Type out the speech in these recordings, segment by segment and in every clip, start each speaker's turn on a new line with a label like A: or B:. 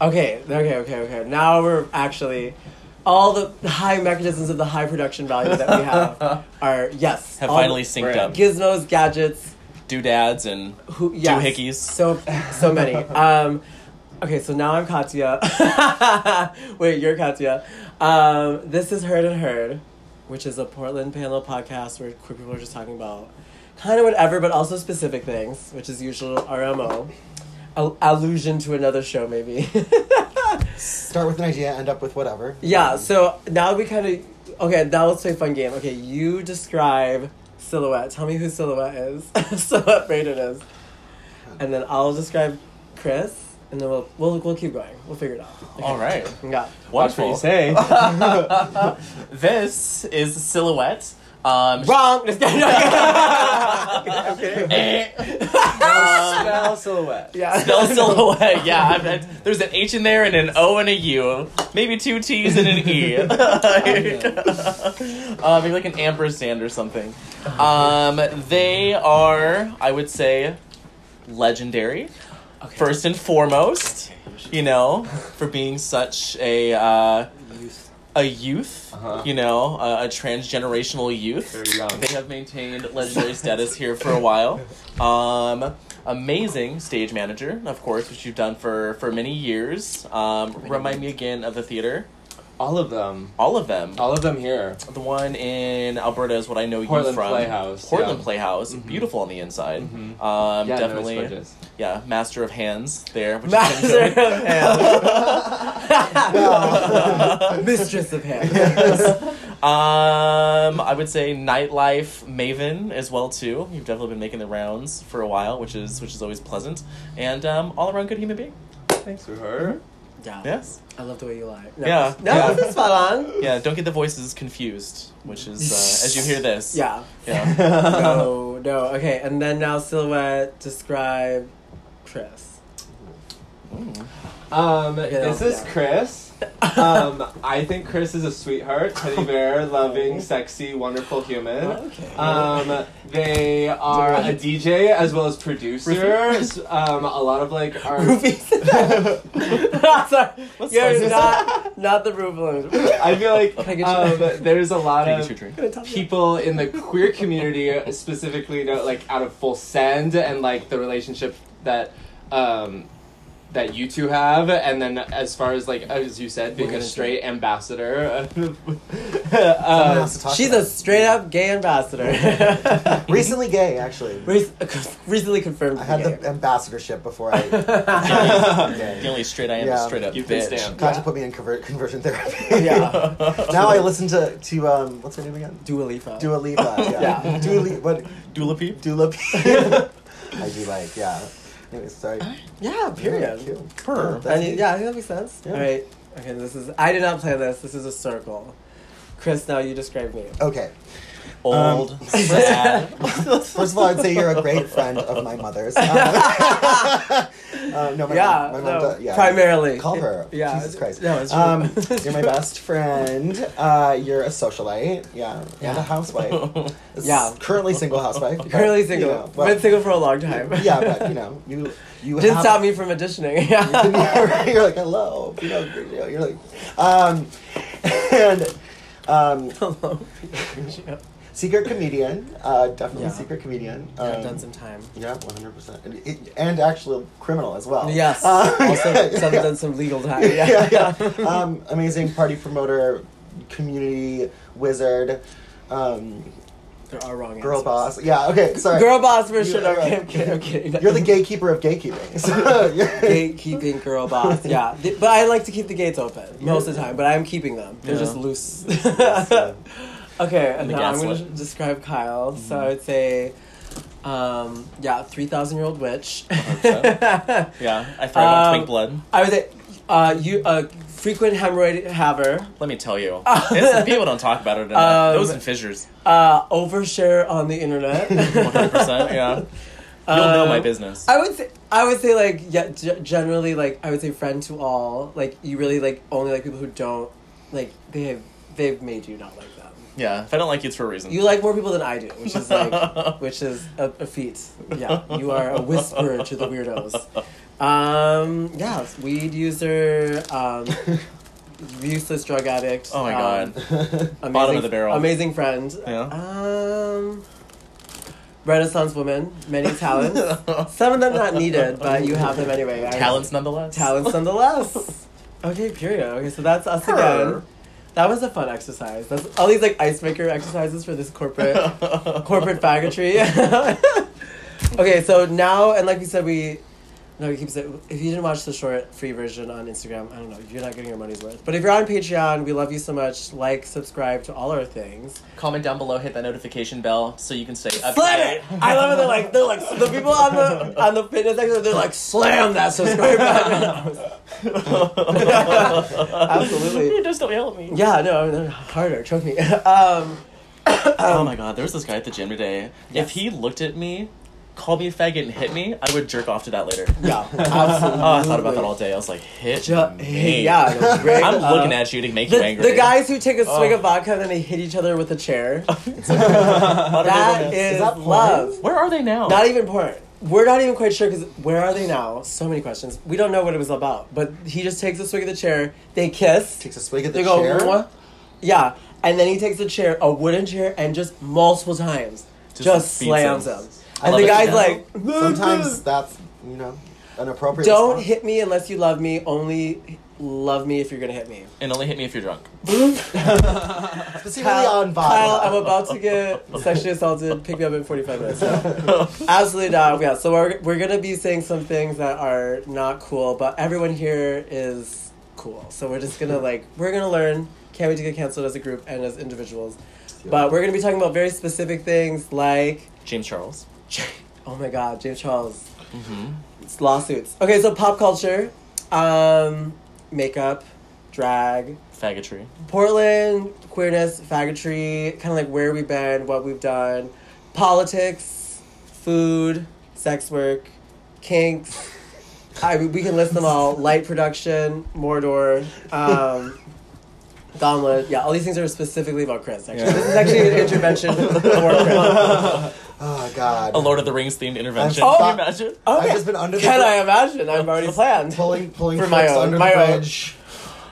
A: Okay, okay, okay, okay. Now we're actually all the high mechanisms of the high production value that we have are yes
B: Have
A: all
B: finally
A: the
B: synced
C: Right.
B: up.
A: gizmos, gadgets,
B: Doodads and
A: who yes,
B: Doohickeys.
A: So so many. Um, okay, so now I'm Katya. Wait, you're Katya. Um, this is Heard and Heard, which is a Portland panel podcast where queer people are just talking about kind of whatever, but also specific things, which is usual RMO. Al- allusion to another show, maybe.
D: Start with an idea, end up with whatever.
A: Yeah, so now we kind of okay. Now let's play a fun game. Okay, you describe silhouette. Tell me who silhouette is. silhouette Brayden is, and then I'll describe Chris, and then we'll we'll we'll keep going. We'll figure it out. Okay.
B: All right.
A: Yeah.
C: Watch what
B: Wonderful.
C: you say.
B: this is Silhouette. Um,
A: Wrong. Just kidding. Okay, okay.
C: Spell silhouette.
A: Yeah.
B: Spell silhouette. Yeah, I bet there's an H in there and an O and a U, maybe two T's and an E. uh, maybe like an ampersand or something. Um, they are, I would say, legendary.
A: Okay.
B: First and foremost, you know, for being such a uh,
A: Youth.
B: a youth,
C: Uh-huh.
B: you know, a, a transgenerational youth.
C: Very young.
B: They have maintained legendary status here for a while. Um, amazing stage manager, of course, which you've done for for many years. Um, remind me again of the theater.
C: All of them.
B: All of them.
C: All of them here.
B: The one in Alberta is what I know you
C: Portland
B: from.
C: Playhouse.
B: Portland
C: yeah.
B: Playhouse,
C: Mhm.
B: beautiful on the inside.
C: Mhm.
B: Um,
C: Yeah, no, it's
B: definitely,
C: gorgeous.
B: yeah, master of hands there. Which is
A: Master
B: really
A: of
B: good.
A: hand. Mistress of hand.
B: Um, I would say nightlife maven as well too. You've definitely been making the rounds for a while, which is which is always pleasant, and um, all around good human being.
C: Thanks for her.
A: Yeah.
B: Yes.
A: I love the way you lie. No.
B: Yeah.
A: No,
C: Yeah.
A: this is spot on.
B: Yeah. Don't get the voices confused, which is uh, as you hear this.
A: Yeah.
C: Mm-hmm.
B: Yeah.
A: No, no. Okay, and then now silhouette describe Chris.
B: Mm.
C: Um,
A: Okay,
C: this
A: that was-
C: is Chris. Um, I think Chris is a sweetheart, teddy bear, loving, sexy, wonderful human.
A: okay.
C: Um, they are a DJ as well as producers. Um, a lot of like our.
A: Rubies. Sorry,
B: Let's slice
A: you're
B: this
A: not not the Rubelin.
C: I feel like
A: Can I
C: um,
A: get you-
C: there's a lot
B: Take a
C: of
B: two drink.
C: people in the queer community uh, specifically know, like out of full send and like the relationship that um that you two have and then as far as like as you said being
A: gonna
C: a
A: do
C: straight ambassador
D: Someone
C: uh,
D: has to talk
A: She's
D: about
A: a
D: it.
A: straight up gay ambassador.
D: recently gay, actually.
A: Rec- Recently confirmed.
D: I had
A: gay.
D: the uh, ambassadorship before I.
C: Uh,
B: The
D: yeah.
B: only straight I am is
D: Yeah.
B: straight up
C: You can
B: bitch.
C: stand.
D: Katya put me in conver- conversion therapy.
A: Yeah.
D: now I listen to to um what's her name again?
A: Dua Lipa.
D: Dua Lipa. Yeah.
A: Yeah.
D: Dua Lipa. What?
B: Dula peep.
D: Dula. Lipa. I do like yeah. Anyway, sorry.
A: yeah. Period.
D: Cute.
B: Purr.
D: That's
A: I mean,
D: neat.
A: yeah, I think that makes sense.
D: Yeah.
A: All right. Okay, this is. I did not plan this. This is a circle. Chris, now you describe me.
D: Okay.
B: Old.
A: Um,
B: sad.
D: First of all, I'd say you're a great friend of my mother's. Um, um, no, my
A: yeah,
D: mom, my mom
A: no,
D: does- yeah.
A: primarily.
D: Call her.
A: Yeah,
D: Jesus Christ.
A: No, it's true.
D: Um, you're my best friend. Uh, you're a socialite. Yeah. And
A: Yeah.
D: a housewife. S-
A: Yeah.
D: Currently single housewife. but,
A: Currently
D: you
A: single.
D: know, well,
A: Been single for a long time.
D: yeah, but you know, you you
A: Didn't
D: have-
A: stop me from auditioning.
D: you're like hello. You know, you're- you're like, um, and um,
A: Hello.
D: secret comedian. Uh, definitely
A: Yeah.
D: secret comedian. Um,
A: I've done some time.
D: Yeah, one hundred percent, and actual criminal as well.
A: Yes.
D: Uh,
A: also, some,
D: yeah.
A: done some legal time.
D: yeah, yeah. Um, amazing party promoter, community wizard, um,
A: There are wrong
D: girl
A: answers.
D: boss. Yeah, okay, sorry.
A: Girl boss for
D: You- uh,
A: sure. Okay, okay, okay.
D: You're the gatekeeper of gatekeeping. So you're-
A: gatekeeping girl boss. Yeah, Th- but I like to keep the gates open most of the time. But I'm keeping them. They're
B: Yeah.
A: just loose.
D: yeah.
A: okay, and
B: the
A: now I'm going to
B: gaslight.
A: describe Kyle.
D: Mm-hmm.
A: So I would say, um, yeah, three thousand year old witch.
B: yeah. I thrive on
A: Um,
B: twink blood.
A: I would say, uh, you a frequent hemorrhoid haver,
B: Let me tell you, it's, people don't talk about it enough.
A: Um,
B: Those and fissures.
A: uh, overshare on the internet.
B: 100%. Yeah. You'll know my
A: Um,
B: business.
A: I would say I would say like yeah, g- generally like I would say friend to all. Like you really like only like people who don't like they have they've made you not like them.
B: Yeah, if I don't like you, it's for a reason.
A: You like more people than I do, which is like which is a, a feat. Yeah, you are a whisperer to the weirdos. Um, yeah, it's weed user, um, useless drug addict.
B: Oh my
A: um,
B: God.
A: amazing,
B: Bottom of the barrel.
A: Amazing friend.
B: Yeah.
A: Um, Renaissance woman, many talents. Some of them not needed, but you have them anyway. I-
B: Talents nonetheless.
A: Talents nonetheless. Okay, period. Okay, so that's us
B: Her.
A: again. That was a fun exercise. That's all these like icebreaker exercises for this corporate corporate faggotry. okay, so now and like we said, we no, we keep saying if you didn't watch the short free version on Instagram, I don't know, you're not getting your money's worth. But if you're on Patreon, we love you so much. Like, subscribe to all our things.
B: Comment down below, hit that notification bell so you can stay up. to
A: Slam it!
B: date.
A: I love it. They're like, they're like the people on the on the fitness section. They're like, slam that subscribe button. Absolutely.
B: Just don't yell at me.
A: Yeah, no, I mean, harder, choke me. um,
B: Oh my god, there was this guy at the gym today. If he looked at me, called me a faggot and hit me, I would jerk off to that later.
A: yeah, absolutely.
B: Oh, I thought about that all day. I was like, hit
A: Ju-
B: me.
A: yeah, no, right,
B: I'm
A: uh,
B: looking at you to make you
A: The,
B: angry.
A: the guys who take a swig
B: Oh.
A: of vodka and then they hit each other with a chair.
B: that
A: that
B: is.
A: is,
D: that porn?
A: love.
B: Where are they now?
A: Not even porn. We're not even quite sure because where are they now? So many questions. We don't know what it was about. But he just takes a swig of the chair. They kiss.
D: Takes a swig at the
A: they go,
D: chair.
A: "Mwah." yeah. And then he takes a chair, a wooden chair, and just multiple times just,
B: Just beats
A: slams
B: him.
A: them.
B: I
A: And
B: love
A: the
B: it.
A: guy's
B: Yeah.
A: like,
D: Sometimes that's you know an appropriate.
A: don't
D: response.
A: hit me unless you love me. Only love me if you're gonna hit me.
B: and only hit me if you're drunk.
D: specifically on vodka.
A: Kyle, I'm about to get sexually assaulted. Pick me up in 45 minutes. Absolutely not. Yeah, so we're, we're going to be saying some things that are not cool, but everyone here is cool. So we're just going to like, we're going to learn. Can't wait to get canceled as a group and as individuals. But we're going to be talking about very specific things like,
B: James Charles.
A: oh my God, James Charles.
B: Mm-hmm.
A: It's lawsuits. Okay, so pop culture, um, makeup, drag,
B: Faggotry.
A: Portland, queerness, faggotry, kind of like where we've been, what we've done, politics, food, sex work, kinks. I we can list them all. Light production, Mordor, um, Gauntlet. Yeah, all these things are specifically about Chris. Actually,
C: Yeah.
A: this is actually an intervention for Chris.
D: Oh God.
B: A Lord of the Rings themed intervention.
A: Oh,
D: I'm
B: Can you
D: so-
B: imagine?
A: Okay.
D: I've just been under the
A: Can I imagine? I've already planned.
D: pulling pulling
A: For
D: tricks
A: my own-
D: under
A: my
D: the
A: own.
D: bridge.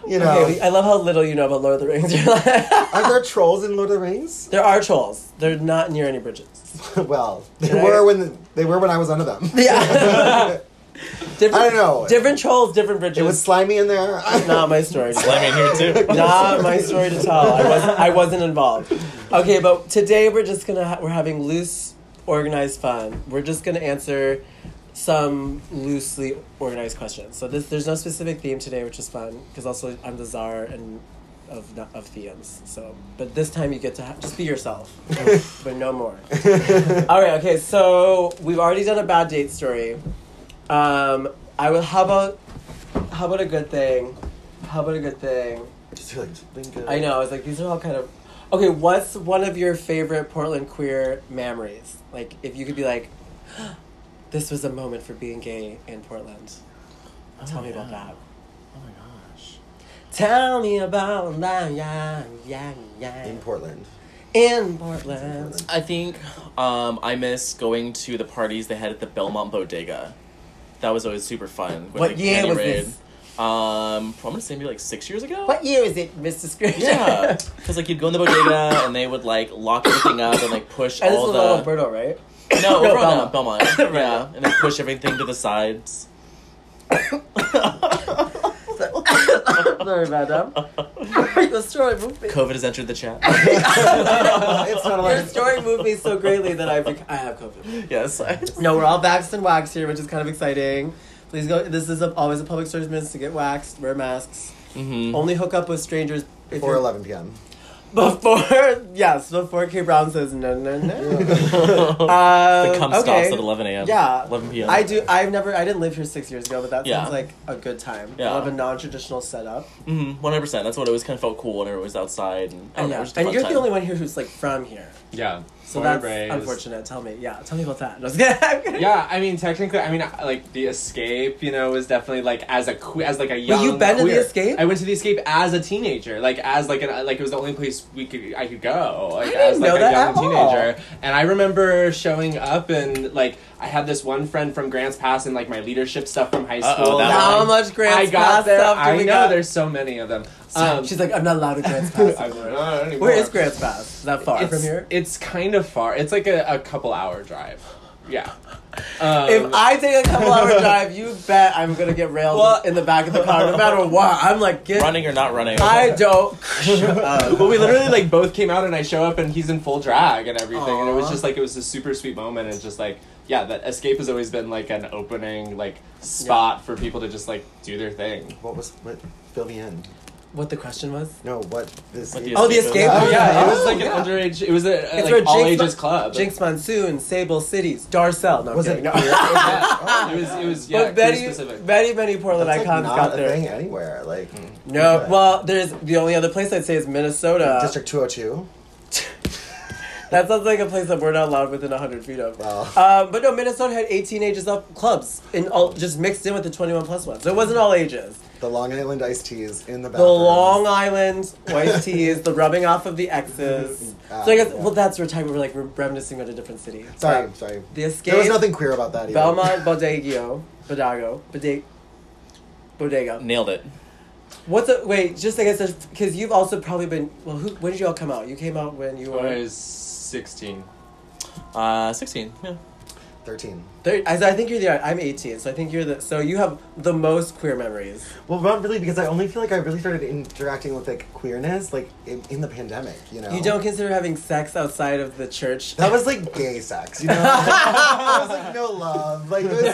D: You know,
A: Okay, I love how little you know about Lord of the Rings. You're like-
D: are there trolls in Lord of the Rings?
A: there are trolls. They're not near any bridges.
D: well, they
A: Can I-
D: were when they were when I was under them.
A: Yeah. Different,
D: I don't know.
A: Different trolls, different bridges.
D: It was slimy in there.
A: not my story. to tell.
B: Let me in here too.
A: not my story to tell. I wasn't. I wasn't involved. Okay, but today we're just gonna. Ha- we're having loose, organized fun. We're just gonna answer some loosely organized questions. So this, there's no specific theme today, which is fun because also I'm the czar and of not- of themes. So, but this time you get to ha- just be yourself, but no more. All right. Okay. So we've already done a bad date story. Um, I will. How about how about a good thing? How about a good thing?
D: Just feel like something good.
A: I know. I was like, these are all kind of. Okay, what's one of your favorite Portland queer memories? Like, if you could be like, this was a moment for being gay in Portland. Tell me about that.
B: Oh my gosh.
A: Tell me about that. Yeah, yeah, yeah.
D: in Portland.
A: In
D: In
A: Portland.
D: Portland.
B: I think um, I miss going to the parties they had at the Belmont Bodega. That was always super fun. With,
A: What
B: like,
A: year
B: Candy
A: was
B: Raid.
A: this?
B: Um, I'm gonna say maybe like six years ago.
A: What year is it, Mr. Scrooge?
B: Yeah, because like you'd go in the bodega and they would like lock everything up and like push
A: and this
B: all
A: was
B: the
A: all Alberto, right? no,
B: no, no Belmont, Belmont,
A: Right.
B: yeah, and they push everything to the sides.
A: Sorry, madam. the story moved me.
B: COVID has entered the chat.
D: it's not
A: Your
D: allowed.
A: story moved me so greatly that I've, I have COVID.
B: yes, I-
A: No, we're all waxed and waxed here, which is kind of exciting. Please go. This is a, always a public service to get waxed, wear masks.
B: Mhm.
A: Only hook up with strangers if
D: Before
A: you're-
D: 11 p.m.
A: Before yes, before K Brown says no, no, no. Um,
B: the cum
A: okay.
B: stops at 11 a.m.
A: Yeah.
B: 11 p.m.
A: I do. I've never. I didn't live here six years ago, but that
B: Yeah.
A: sounds like a good time.
B: Yeah.
A: I love a non-traditional setup.
B: Mhm, 100%. That's what it always kind of felt cool whenever it was outside. And,
A: And,
B: I don't know, it
A: yeah.
B: was just Oh, a
A: and
B: fun
A: you're
B: time.
A: the only one here who's like from here.
C: Yeah.
A: So
C: Born and
A: that's
C: raised.
A: unfortunate. Tell me, yeah, tell me about that. No, I'm just kidding.
C: Yeah, I mean, technically, I mean, I- like the escape, you know, was definitely like as a que- as like a young.
A: you've been to The
C: queer.
A: Escape?
C: I went to the escape as a teenager, like as like an uh, like it was the only place we could I could go, like
A: didn't
C: as like
A: know
C: a
A: that
C: young
A: at
C: teenager. And I remember showing up and like I had this one friend from Grants Pass and like my leadership stuff from high
B: Uh-oh,
C: school.
B: that
C: and,
A: How
B: one.
C: like,
A: much grand
C: I got there.
A: stuff do
C: I
A: we
C: know
A: got?
C: there's so many of them.
A: Sorry,
C: Um,
A: She's like, I'm not allowed to Grants Pass.
C: I'm like, "Not anymore."
A: Where is Grants Pass? Is that far
C: It's,
A: from here?
C: it's kind of far. It's like a, a couple hour drive. Yeah. Um,
A: If I take a couple hour drive, you bet I'm gonna get railed
B: Well-
A: in the back of the car, no matter what. I'm like, get.
B: Running or not running.
A: I don't.
C: but we literally like both came out and I show up and he's in full drag and everything and it was
A: Aw.
C: just like it was a super sweet moment and just like yeah that escape has always been like an opening like spot for people to just like do their thing.
D: What was what? Fill me in.
A: what the question was?
B: Uh,
D: No, what this?
B: What the
A: Oh, the escape.
B: Escape
C: Oh,
D: Oh,
C: yeah,
D: yeah.
C: it was like an
A: yeah.
C: underage. It was a, a
A: It's
C: like
A: where
C: all
A: Jinx-
C: ages club.
A: Jinx Monsoon, Sable Cities, Darcel. No, I'm
D: Oh. was
A: kidding.
D: it?
A: No.
D: queer?
C: Yeah, it was. It was yeah.
A: but many,
C: queer specific.
A: many, many Portland
D: That's, like,
A: icons
D: not
A: got
D: a
A: there.
D: thing anywhere. Like
A: No,
D: Okay.
A: well, there's the only other place I'd say is Minnesota.
D: District 202.
A: That sounds like a place that we're not allowed within 100 feet of.
D: Well.
A: Um, but no, Minnesota had 18 ages up clubs, and all just mixed in with the 21 plus ones. So it wasn't all ages.
D: The Long Island iced teas in the
A: The
D: bathroom.
A: Long Island white teas, the rubbing off of the X's. so I guess,
D: Ah, yeah.
A: well, that's where time we're like we're reminiscing about a different city.
D: Sorry, sorry.
A: The Escape,
D: There was nothing queer about that either.
A: Belmont, Bodeguio, Bodago, Bode- Bodega.
B: Nailed it.
A: What's a wait? Just I guess because you've also probably been. Well, who, when did you all come out? You came out when you
C: When I
A: were.
C: was sixteen.
B: Uh, 16. Yeah.
D: 13.
A: Thir- I, I think you're the. I'm 18, so I think you're the. So you have the most queer memories.
D: Well, not really, because I only feel like I really started interacting with like queerness like in, in the pandemic. You know,
A: You don't consider having sex outside of the church.
D: That was like gay sex, you know. It was like no love, like it was,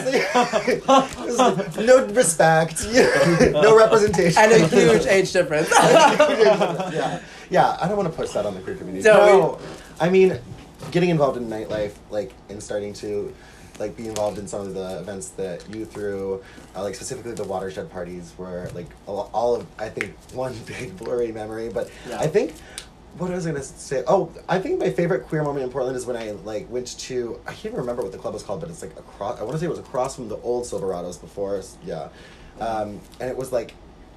D: like, it was, like, no respect, you know? no representation,
A: and a huge age difference.
D: yeah, yeah. I don't want to push that on the queer community.
A: No,
D: No, I mean, getting involved in nightlife, like, and starting to, like, be involved in some of the events that you threw, uh, like specifically the watershed parties, were like all, all of I think one big blurry memory. But
A: Yeah.
D: I think. What was I gonna say? Oh, I think my favorite queer moment in Portland is when I like went to I can't even remember what the club was called, but it's like across. I want to say it was across from the old Silverados before, yeah. Um, and it was like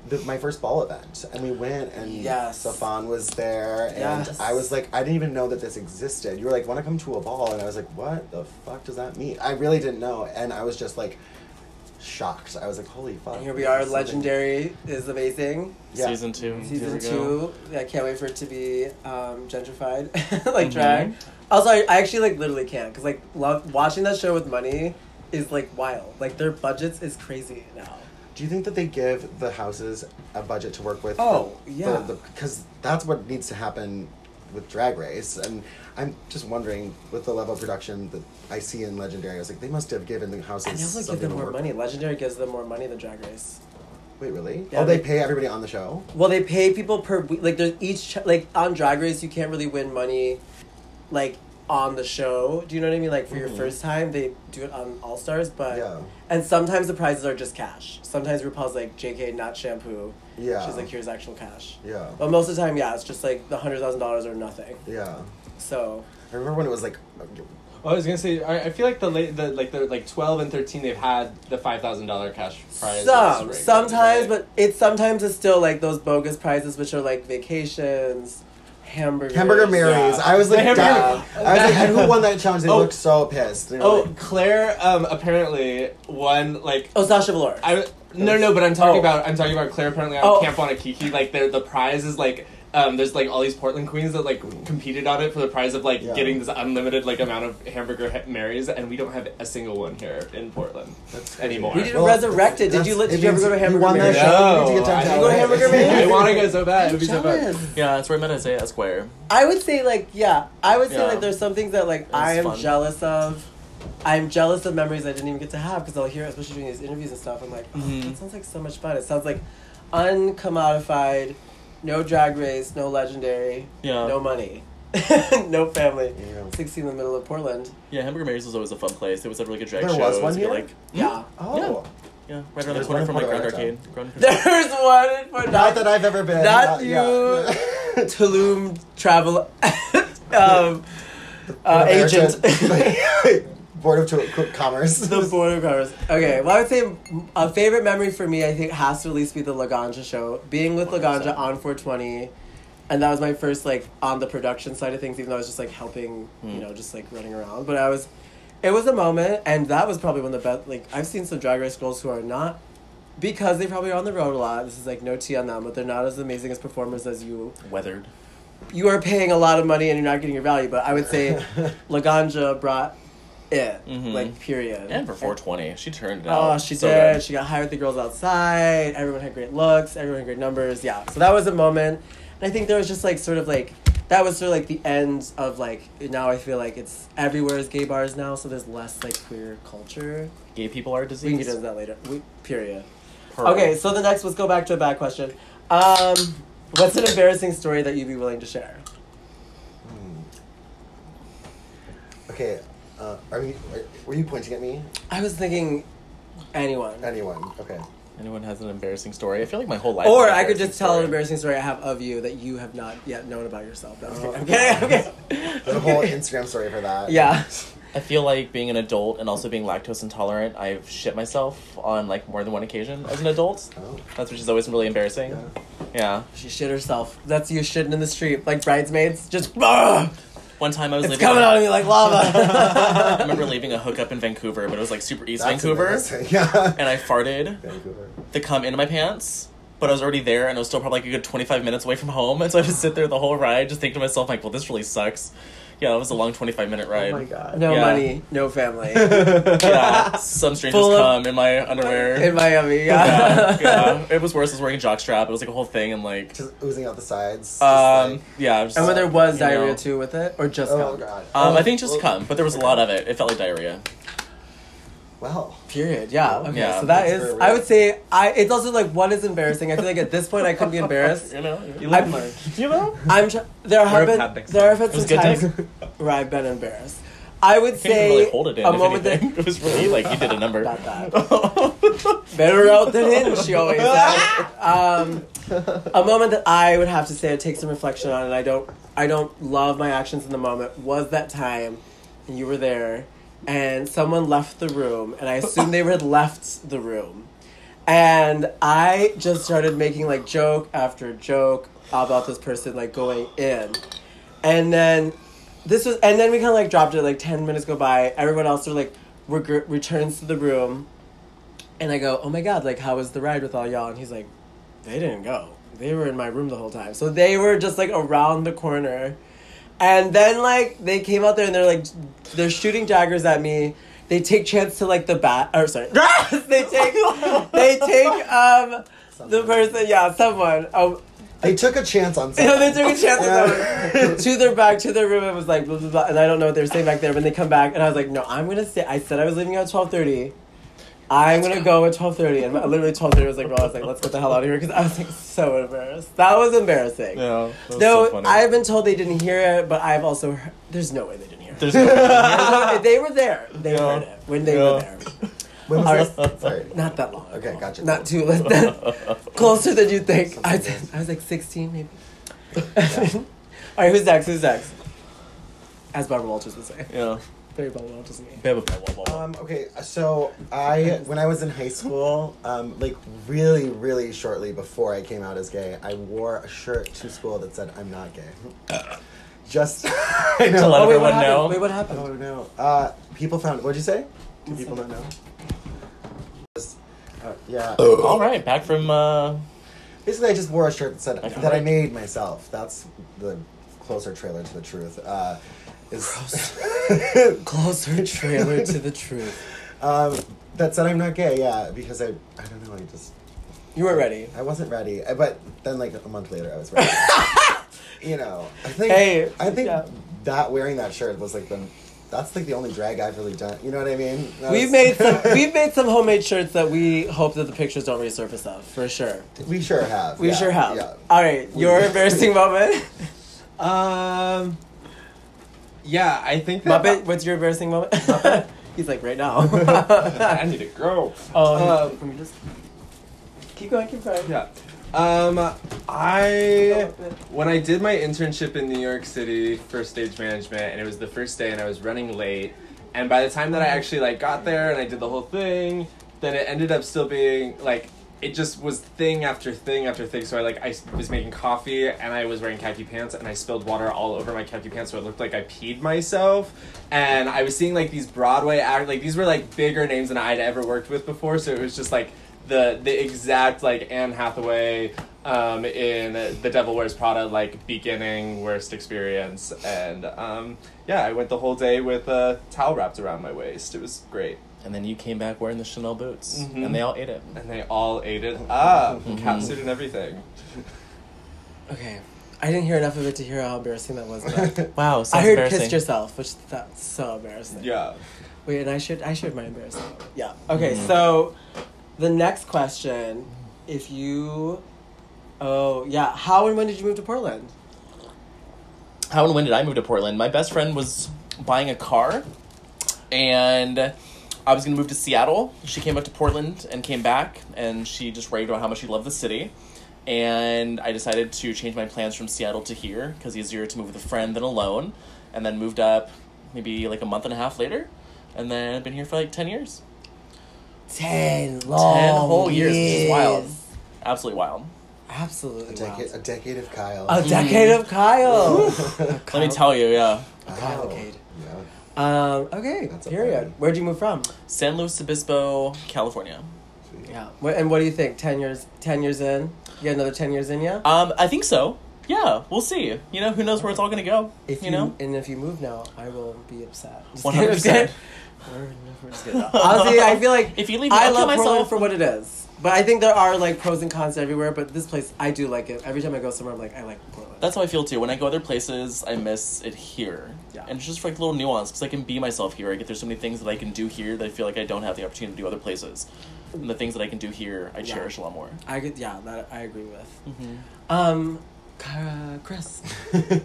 D: the, my first ball event, and we went, and
A: Yes.
D: Safan was there, and
A: Yes.
D: I was like, I didn't even know that this existed. You were like, want to come to a ball, and I was like, what the fuck does that mean? I really didn't know, and I was just like shocked. I was like, holy fuck!
A: And here we are.
D: this is something-
A: Legendary is amazing.
D: Yeah.
B: Season 2. Mm, Here
A: Season
B: we go.
A: two. I can't wait for it to be um, gentrified,
B: Mm-hmm.
A: like drag. Also, I, I actually like literally can't because like love watching that show with money is like wild. Like their budgets is crazy now.
D: Do you think that they give the houses a budget to work with?
A: Oh, yeah.
D: Because that's what needs to happen with Drag Race, and I'm just wondering with the level of production that I see in Legendary, I was like, they must have given the houses.
A: And they also give
D: something
A: them
D: to
A: more
D: work
A: money. Legendary gives them more money than Drag Race.
D: Wait, really?
A: Yeah,
D: oh, they
A: they-
D: pay everybody on the show.
A: Well, they pay people per week. Like there's each ch- like on Drag Race, you can't really win money, like on the show. Do you know what I mean? Like for your first time, they do it on All Stars, but
D: Mm-hmm. Yeah.
A: and sometimes the prizes are just cash. Sometimes RuPaul's like, "JK, not shampoo."
D: Yeah.
A: she's like, "Here's actual cash."
D: Yeah.
A: But most of the time, yeah, it's just like the hundred thousand dollars or nothing.
D: Yeah.
A: So
D: I remember when it was like,
C: Well, I was gonna say I, I feel like the late the like the like twelve and thirteen they've had the five thousand dollar cash prize.
A: some sometimes, but it's sometimes it's still like those bogus prizes, which are like vacations, hamburgers,
D: Hamburger Mary's. I was like,
C: Hamburger-
D: damn. I was like, and who won that challenge? They
C: Oh.
D: looked so pissed. They were
C: Oh,
D: like,
C: Claire um apparently won like
A: Oh, Sasha Velour.
C: I no no, but I'm talking
A: Oh.
C: about I'm talking about Claire apparently on
A: Oh.
C: Camp Wanakiki. Like the the prize is like um there's like all these Portland queens that like competed on it for the prize of like
D: Yeah.
C: getting this unlimited like amount of hamburger ha- marys, and we don't have a single one here in Portland anymore.
A: We didn't resurrected. Did you
D: that's-
A: let- did
D: it
A: you ever
D: means
A: go to Hamburger
D: You won that
A: Mary's?
D: show. You need to
C: No,
D: get down
C: I-
D: to
A: You go to
D: LA.
A: Hamburger Mary's?
C: I want to go so bad. It
A: I'm
C: would be so
A: jealous.
C: bad.
B: Yeah, that's where I met Isaiah Square.
A: I would say like yeah, I would say
B: Yeah.
A: like there's some things that like I am
B: fun.
A: jealous of. I'm jealous of memories I didn't even get to have because I'll hear, especially doing these interviews and stuff. I'm like, oh,
B: Mhm.
A: that sounds like so much fun. It sounds like uncommodified, no drag race, no legendary,
B: Yeah.
A: no money, no family.
D: Yeah.
A: 16 in the middle of Portland.
B: Yeah, Hamburger Mary's was always a fun place. It was ever like a drag
D: There
B: show.
D: was
B: It
D: one
B: be,
D: here?
B: Like, hmm?
A: Yeah.
D: Oh,
B: yeah, right around the
D: There's
B: corner
D: one
B: from
D: in
B: like Grand
D: Colorado.
B: Arcade. Grand Arcade.
A: There's one for
D: not that I've ever been.
A: Not
D: yeah.
A: you. Tulum travel. um, Uh,
D: American-
A: agent.
D: Board of Co- Commerce.
A: the board of covers. Okay, well, I would say a favorite memory for me, I think, has to at least be the Laganja show. Being with Laganja on 420, and that was my first, like, on the production side of things, even though I was just, like, helping, you know, just, like, running around. But I was, it was a moment, and that was probably one of the best, like, I've seen some Drag Race girls who are not, because they probably are on the road a lot. This is, like, no tea on them, but they're not as amazing as performers as you
B: Weathered.
A: you are paying a lot of money and you're not getting your value. But I would say Laganja brought it,
B: Mhm.
A: like period.
B: And for 420, she turned it out.
A: Oh, she
B: so
A: did.
B: good.
A: She got hired the girls outside. Everyone had great looks. Everyone had great numbers. Yeah. So that was a moment, and I think there was just like sort of like that was sort of like the end of like now I feel like it's everywhere is gay bars now, so there's less like queer culture.
B: Gay people are
A: We can
B: diseased.
A: get into that later. We, period.
B: Pearl.
A: Okay, so the next, let's go back to a bad question. Um, what's an embarrassing story that you'd be willing to share?
D: Hmm. Okay, uh, are you? Are, were you pointing at me?
A: I was thinking anyone.
D: Anyone? Okay.
B: Anyone has an embarrassing story? I feel like my whole life.
A: Or
B: is an
A: I could
B: embarrassing
A: just tell an
B: story.
A: embarrassing story I have of you that you have not yet known about yourself. That was
D: Oh.
A: okay, okay.
D: There's a whole Instagram story for that.
A: Yeah.
B: I feel like being an adult and also being lactose intolerant, I've shit myself on like more than one occasion as an adult.
D: Oh.
B: That's which is always really embarrassing.
D: Yeah.
B: Yeah.
A: She shit herself. That's you shitting in the street like bridesmaids. Just ah! "Ugh,
B: One time I was
A: it's
B: leaving
A: coming
B: a-
A: out of me like
B: I
A: lava.
B: remember leaving a hookup in Vancouver, but it was like super East
D: That's
B: Vancouver,
D: embarrassing, Yeah.
B: and I farted
D: Vancouver.
B: the cum into my pants. But I was already there, and it was still probably like a good twenty five minutes away from home, and so I just sit there the whole ride, just think to myself like, "Well, this really sucks." Yeah, it was a long twenty five minute ride.
D: Oh god.
A: no
B: Yeah.
A: money, no family.
B: Yeah, some strangers
A: Full of-
B: cum in my underwear.
A: in Miami,
B: yeah,
A: yeah.
B: yeah. um, It was worse. I was wearing jockstrap. It was like a whole thing, and like,
D: Just oozing out the sides. just
B: um,
D: like-
B: yeah. Just,
A: And when there was
B: you know.
A: diarrhea too with it, or just
D: oh
A: oh,
D: god.
B: um,
D: Oh,
B: I think just
D: oh,
B: cum, but there was a lot of it. It felt like diarrhea.
D: Well,
A: Period. Yeah. Okay.
B: Yeah.
A: so that
D: That's very
A: is.
D: real.
A: I would say I. It's also like what is embarrassing. I feel like at this point I couldn't be embarrassed.
B: You know, you
A: I'm-
B: learn. You know,
A: I'm. Tr- there
C: Wear
A: have
C: a
A: been
C: pad next
A: there have
C: time.
A: been
B: It was
A: some
B: a good
A: times where I've been embarrassed. I would
B: can't
A: say um,
B: even really hold it in.
A: a
B: if
A: moment
B: anything. it was really like you did a number.
A: Not that better out than in. She always said. Um, a moment that I would have to say I take some reflection on, and I don't. I don't love my actions in the moment. Was that time, and you were there, and someone left the room, and I assumed they had left the room. And I just started making like joke after joke about this person like going in. And then this was and then we kind of like dropped it like 10 minutes go by. Everyone else sort of like reg- returns to the room. And I go, "Oh my god, like how was the ride with all y'all?" And he's like, "They didn't go. They were in my room the whole time." So they were just like around the corner. And then like they came out there and they're like they're shooting daggers at me. They take chance to like the bat or sorry. they take they take um the person yeah, someone. Oh
D: they took a chance on.
A: you know,
D: someone.
A: they took a chance on
D: Yeah.
A: someone. to their back, to their room, and was like blah blah blah and I don't know what they were saying back there, but they come back and I was like, No, I'm gonna stay I said I was leaving at twelve thirty. I'm gonna go at twelve thirty, and literally twelve thirty was like, well, I was like, let's get the hell out of here because I was like so embarrassed. That was embarrassing.
B: Yeah, that was
A: No,
B: so funny.
A: I've been told they didn't hear it, but I've also heard, there's no way they didn't hear it.
B: There's no.
A: There's no- they were there. They
B: Yeah.
A: heard it when they were
B: Yeah.
A: there.
D: When was
A: Alright.
D: this? Sorry.
A: Not that long.
D: Okay,
A: ago.
D: gotcha.
A: Not too closer than you think. I was, I was like sixteen, maybe. All right, who's next? Who's next? As Barbara Walters would say,
B: yeah.
A: very Barbara Walters. me.
B: Blah, blah, blah, blah, blah.
D: Um, okay, so I when I was in high school, um, like really, really shortly before I came out as gay, I wore a shirt to school that said "I'm not gay." Just I know.
B: To let
A: Oh wait,
B: everyone
A: what happened?
B: know.
A: Wait, what happened?
D: Oh no! Uh, people found. What'd you say? Do people not know? Just, uh, yeah.
B: Um, All right, back from. Uh,
D: Basically, I just wore a shirt that said
B: Okay.
D: that I made myself. That's the closer trailer to the truth. Uh, is
A: Closer trailer to the truth.
D: um, that said I'm not gay. Yeah, because I I don't know. I just
A: You weren't ready.
D: I wasn't ready, I- but then like a month later, I was ready. you know, I think
A: Hey,
D: I think
A: yeah.
D: that wearing that shirt was like the that's like the only drag I've really done. You know what I mean? That
A: We've
D: was-
A: made some. We've made some homemade shirts that we hope that the pictures don't resurface of for sure.
D: we sure have.
A: We
D: yeah,
A: sure have. Uh,
D: Yeah.
A: All right, your embarrassing moment.
C: Um, yeah, I think that
A: Muppet, what's your embarrassing moment? He's like right now.
C: I need to go.
A: oh,
C: Um,
A: let me just keep going, keep going.
C: Yeah. Um, I when I did my internship in New York City for stage management, and it was the first day, and I was running late, and by the time that I actually like got there and I did the whole thing, then it ended up still being like it just was thing after thing after thing. So I like I s- was making coffee and I was wearing khaki pants and I spilled water all over my khaki pants, so it looked like I peed myself. And I was seeing like these Broadway act like these were like bigger names than I had ever worked with before. So it was just like the the exact like Anne Hathaway um, in The Devil Wears Prada like beginning worst experience. And um, yeah, I went the whole day with a towel wrapped around my waist. It was great.
B: And then you came back wearing the Chanel boots,
C: Mhm.
B: and they all ate it.
C: And they all ate it up,
B: Mhm.
C: catsuit and everything.
A: Okay. I didn't hear enough of it to hear how embarrassing that was. But
B: Wow,
A: I
B: sounds
A: heard
B: embarrassing.
A: kissed yourself, which that's so embarrassing.
C: Yeah.
A: Wait, and I should I shared my embarrassing. moment. Yeah. Okay,
B: Mm-hmm.
A: so the next question, if you Oh, yeah. How and when did you move to Portland?
B: how and when did I move to Portland? My best friend was buying a car, and I was gonna move to Seattle. She came up to Portland and came back, and she just raved about how much she loved the city. And I decided to change my plans from Seattle to here because easier to move with a friend than alone. And then moved up maybe like a month and a half later, and then I've been here for like ten years,
A: Ten long
B: ten whole years, which is wild, absolutely wild.
D: A
A: Absolutely.
D: decade,
A: wild.
D: a decade of Kyle.
A: A Oh. decade of Kyle.
B: Let me tell you, yeah,
D: Kyle.
A: Kyle-cade.
D: Yeah.
A: Um, okay,
D: That's a
A: period.
D: party.
A: Where'd you move from?
B: San Luis Obispo, California.
A: Yeah. What, and what do you think? Ten years? Ten years in? You got another ten years in ya?
B: Um, I think so. Yeah, we'll see. You know, who knows where it's all gonna go?
A: If
B: you know,
A: and if you move now, I will be upset. Just
B: 100%.
A: kidding. We're never just kidding. Honestly, I feel like
B: If you leave me,
A: I
B: I'll kill
A: love Portland
B: myself.
A: for what it is. But I think there are like pros and cons everywhere. But this place, I do like it. Every time I go somewhere, I'm like, I like Portland.
B: that's how I feel too. When I go other places, I miss it here.
A: Yeah.
B: And it's just like little nuance because I can be myself here. I get there's so many things that I can do here that I feel like I don't have the opportunity to do other places. And the things that I can do here, I
A: Yeah.
B: cherish a lot more.
A: I could, yeah, that I agree with.
B: Mm-hmm.
A: Um, Cara, Chris.
D: Um,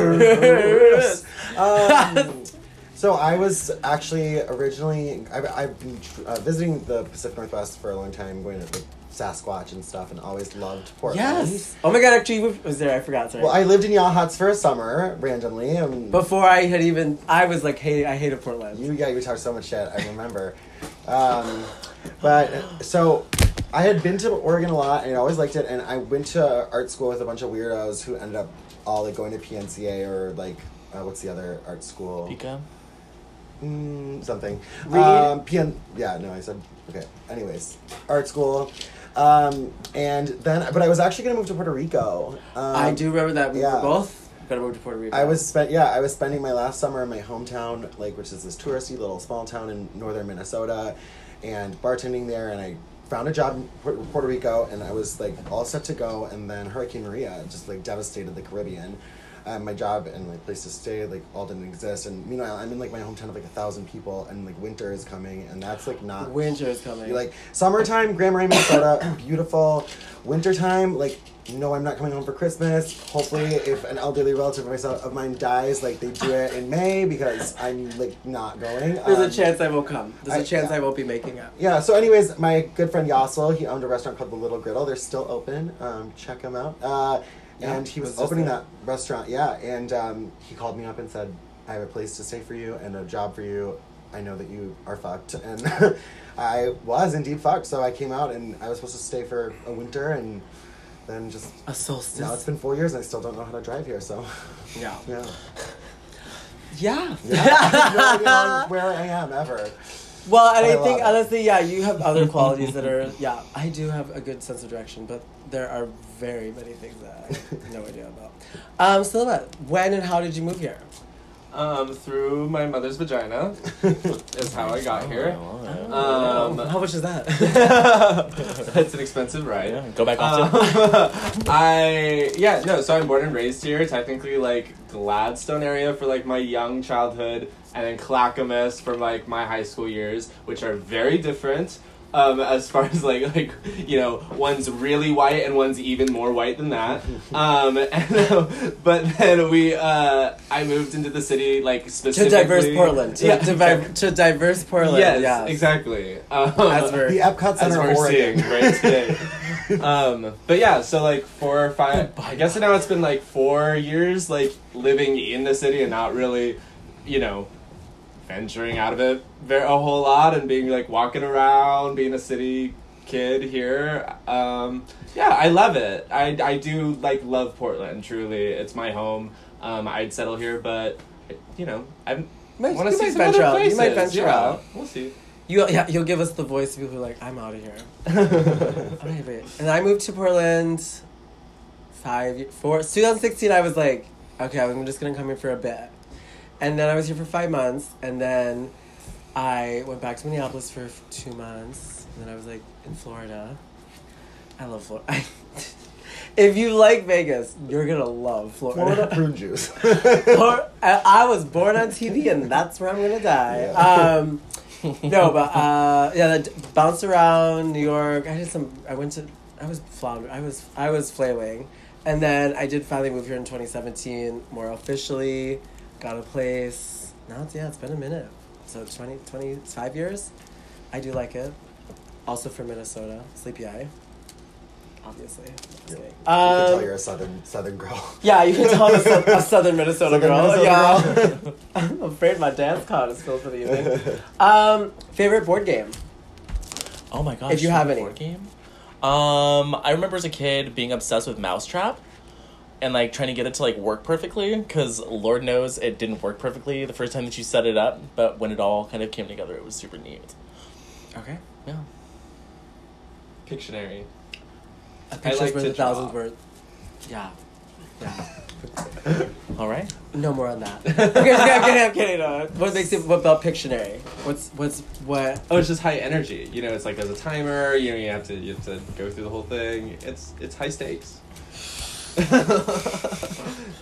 D: so, Um, so I was actually originally I, I've been tr- uh, visiting the Pacific Northwest for a long time, going to like, Sasquatch and stuff, and always loved Portland.
A: yes. Oh my God, actually, you moved- was there? I forgot. Sorry.
D: Well, I lived in Yahats for a summer randomly. And
A: Before I had even, I was like, hey, I hated Portland.
D: You yeah, you talked so much shit. I remember. Um, but so I had been to Oregon a lot and I always liked it. And I went to art school with a bunch of weirdos who ended up all like going to PNCA or like uh, what's the other art school?
B: Pika.
D: Mm, something.
A: Read.
D: Um, PN. Yeah, no, I said okay. Anyways, art school. Um, and then, but I was actually gonna move to Puerto Rico. Um,
A: I do remember that we
D: yeah.
A: were both gonna move to Puerto Rico.
D: I was spent yeah, I was spending my last summer in my hometown, like which is this touristy little small town in northern Minnesota, and bartending there, and I found a job in Pu- Puerto Rico, and I was like all set to go, and then Hurricane Maria just like devastated the Caribbean. Um, my job and like place to stay like all didn't exist, and meanwhile I'm in like my hometown of like a thousand people, and like winter is coming, and that's like not
A: Winter is coming.
D: you like summertime, Grand Marais, Minnesota, beautiful. Wintertime, like no, I'm not coming home for Christmas. Hopefully, if an elderly relative of myself of mine dies, like they do it in May because I'm like not going.
A: there's
D: Um,
A: a chance I will come. There's a
D: I-
A: chance
D: yeah.
A: I won't be making up.
D: Yeah. So, anyways, my good friend Yassel, he owned a restaurant called The Little Griddle. They're still open. Um, check them out. Uh,
A: Yeah,
D: and he
A: was
D: was
A: just
D: opening
A: there.
D: that restaurant. Yeah. And um, he called me up and said, "I have a place to stay for you and a job for you. I know that you are fucked." And I was indeed fucked. So I came out and I was supposed to stay for a winter and then just.
A: A solstice.
D: Now it's been four years and I still don't know how to drive here, so
A: yeah.
D: yeah.
A: Yeah.
D: yeah. I have no idea where I am ever.
A: Well, and
D: I
A: I,
D: love
A: think
D: it.
A: honestly, yeah, you have other qualities that are. Yeah, I do have a good sense of direction, but there are very many things that I have no idea about. Um, Silva, when and how did you move here?
C: Um, through my mother's vagina is how I got here.
B: Oh,
A: How
C: Um,
A: much is that?
C: it's an expensive ride.
B: yeah, go back off. to-
C: Um, I yeah no so I'm born and raised here technically like Gladstone area for like my young childhood and then Clackamas for like my high school years which are very different um, as far as like like you know one's really white and one's even more white than that. Um, and, uh, but then we uh, I moved into the city like
A: to
C: specifically
A: diverse Portland. To,
C: Yeah,
A: diver- to diverse Portland.
C: yes,
A: yes.
C: exactly. Um,
A: As we're-
D: The Epcot
C: as
D: Center
C: we're
D: of Oregon.
C: seeing right today. um, but yeah, so like four or five.
A: Oh
C: I guess now it's been like four years, like living in the city and not really, you know, venturing out of it ver- a whole lot and being like walking around, being a city kid here. Um, yeah, I love it. I I do like love Portland. Truly, it's my home. Um, I'd settle here, but you know, I
A: Might-
C: want to
A: you
C: see
A: might venture
C: some other
A: out. You
C: places.
A: might venture
C: yeah.
A: out.
C: We'll see.
A: You, yeah, you'll give us the voice of people who are like, I'm out of here. I'm out of here. And I moved to Portland five, ye- four, 2016. I was like, okay, I'm just going to come here for a bit. And then I was here for five months. And then I went back to Minneapolis for f- two months. And then I was like, in Florida. I love Florida. if you like Vegas, you're going to love
D: Florida prune juice.
A: Or- I I was born on TV, and that's where I'm gonna die.
D: Yeah.
A: Um, no, but uh, yeah, that bounced around New York. I did some. I went to. I was floundering. I was. I was flailing, and then I did finally move here in 2017, more officially. Got a place. Now it's yeah, it's been a minute. So 20, 25 years. I do like it. Also from Minnesota, Sleepy Eye. Obviously. Just
D: Yeah.
A: kidding.
D: You you can
A: Um,
D: tell you're a southern southern girl.
A: yeah, you can tell I'm a, sou- a southern Minnesota
D: Southern
A: girl.
D: Minnesota
A: yeah.
D: girl.
A: I'm afraid my dance card is filled for the evening. Um, favorite board game?
B: Oh my gosh!
A: If you have
B: the
A: any.
B: board game. Um, I remember as a kid being obsessed with Mousetrap, and like trying to get it to like work perfectly. Because Lord knows it didn't work perfectly the first time that you set it up, but when it all kind of came together, it was super neat.
A: Okay.
B: Yeah.
C: Pictionary.
A: A picture's
C: like
A: worth
C: to
A: a thousand
C: draw.
A: words. Yeah. Yeah.
B: All right.
A: No more on that. okay, okay, I'm kidding. I'm kidding. Uh, what makes it? What about Pictionary? What's what's what?
C: Oh, it's just high energy. You know, it's like there's a timer. You know, you have to you have to go through the whole thing. It's it's high stakes.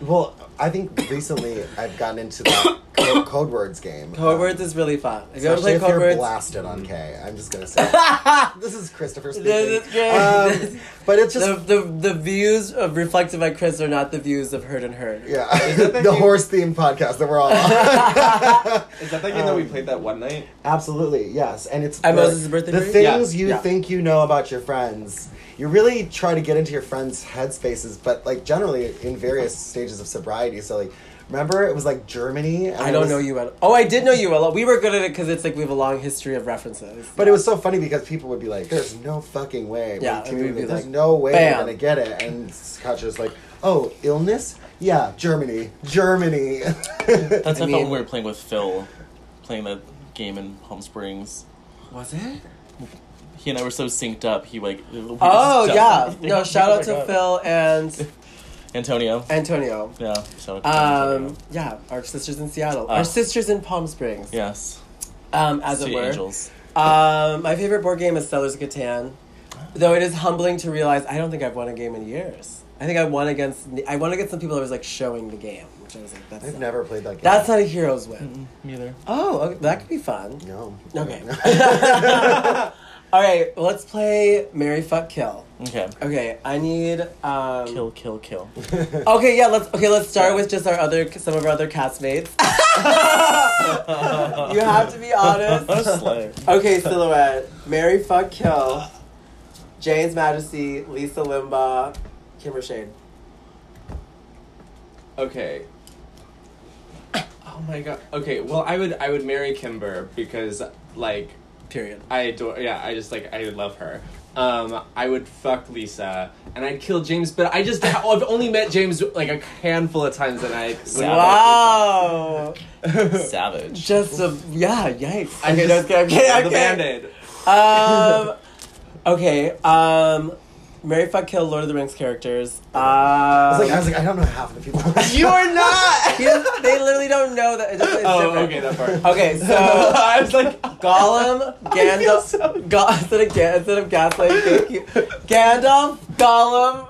D: Well, I think recently I've gotten into the code, code words game. Um,
A: Code words is really fun. If you ever
D: Especially
A: play
D: if
A: code
D: you're
A: words,
D: blasted on K. I'm just gonna say this is Christopher speaking.
A: This is good.
D: Um, but it's just
A: the, the the views of reflected by Chris are not the views of Heard and Heard.
D: yeah,
C: that
D: the
C: the game-
D: horse themed podcast that we're all on.
C: Is that the game that we played that one night?
D: Absolutely, yes. And it's
A: At
D: for-
A: Moses' birthday
D: The
A: party?
D: things
C: Yeah,
D: you
A: yeah.
D: think you know about your friends. You really try to get into your friends' headspaces, but like generally in various stages of sobriety. So like, remember it was like Germany. and
A: I
D: it
A: don't
D: was-
A: know you at. Oh, I did know you a lot. We were good at it because it's like we have a long history of references.
D: But it was so funny because people would be like, "There's no fucking way."
A: Yeah,
D: we
A: and we'd be
D: there's
A: like,
D: no way
A: bam.
D: we're gonna get it. And Katja's like, "Oh, illness? Yeah, Germany, Germany."
B: That's
A: I
B: I, felt when
A: mean-
B: we were playing with Phil, playing that game in Palm Springs.
A: was it?
B: He and I were so synced up. He like. we just
A: Oh
B: jumped on
A: yeah.
B: everything.
A: No, shout
B: Oh
A: out
B: my
A: to
B: God.
A: Phil and
B: Antonio.
A: Antonio.
B: Yeah. Shout out to
A: Um,
B: Antonio.
A: yeah, our sisters in Seattle.
B: Oh.
A: Our sisters in Palm Springs.
B: Yes.
A: Um, as it
B: City
A: were.
B: Angels.
A: Um, my favorite board game is Settlers of Catan. Though it is humbling to realize I don't think I've won a game in years. I think I won against I won against some people that was like showing the game, which I was like, that's
D: I've
A: not,
D: never played that game.
A: that's not a hero's win.
B: Me either.
A: Oh, okay, that could be fun.
D: no.
A: Okay. All right, well, let's play Mary Fuck Kill.
B: Okay.
A: Okay, I need um,
B: Kill, kill, kill.
A: Okay, yeah, let's okay, let's start with just our other some of our other castmates. you have to be honest.
B: Slay.
A: Okay, silhouette. Mary fuck kill. Jane's Majesty, Lisa Limbaugh, Kimber Shade.
C: Okay. Oh my god. Okay. Well, I would I would marry Kimber because like
A: Period.
C: I adore. Yeah, I just like I love her. Um, I would fuck Lisa and I'd kill James, but I just I've only met James like a handful of times, and I
A: Wow.
B: Savage.
A: Just a yeah, yikes.
C: I
A: Okay,
C: just
A: no, okay, okay,
C: the
A: okay.
C: band-aid.
A: Um Okay, um Mary fuck kill Lord of the Rings characters. Um,
D: I was like, I was like, I don't know half the people.
C: You are not.
A: He doesn't- they literally don't know that. It's just, it's
C: oh,
A: different.
C: okay, that part.
A: Okay, so
C: I was like,
A: Gollum,
C: feel
A: Gandalf,
C: so-
A: Ga- instead of Ga- instead of Gaslight, thank you. Gandalf, Gollum.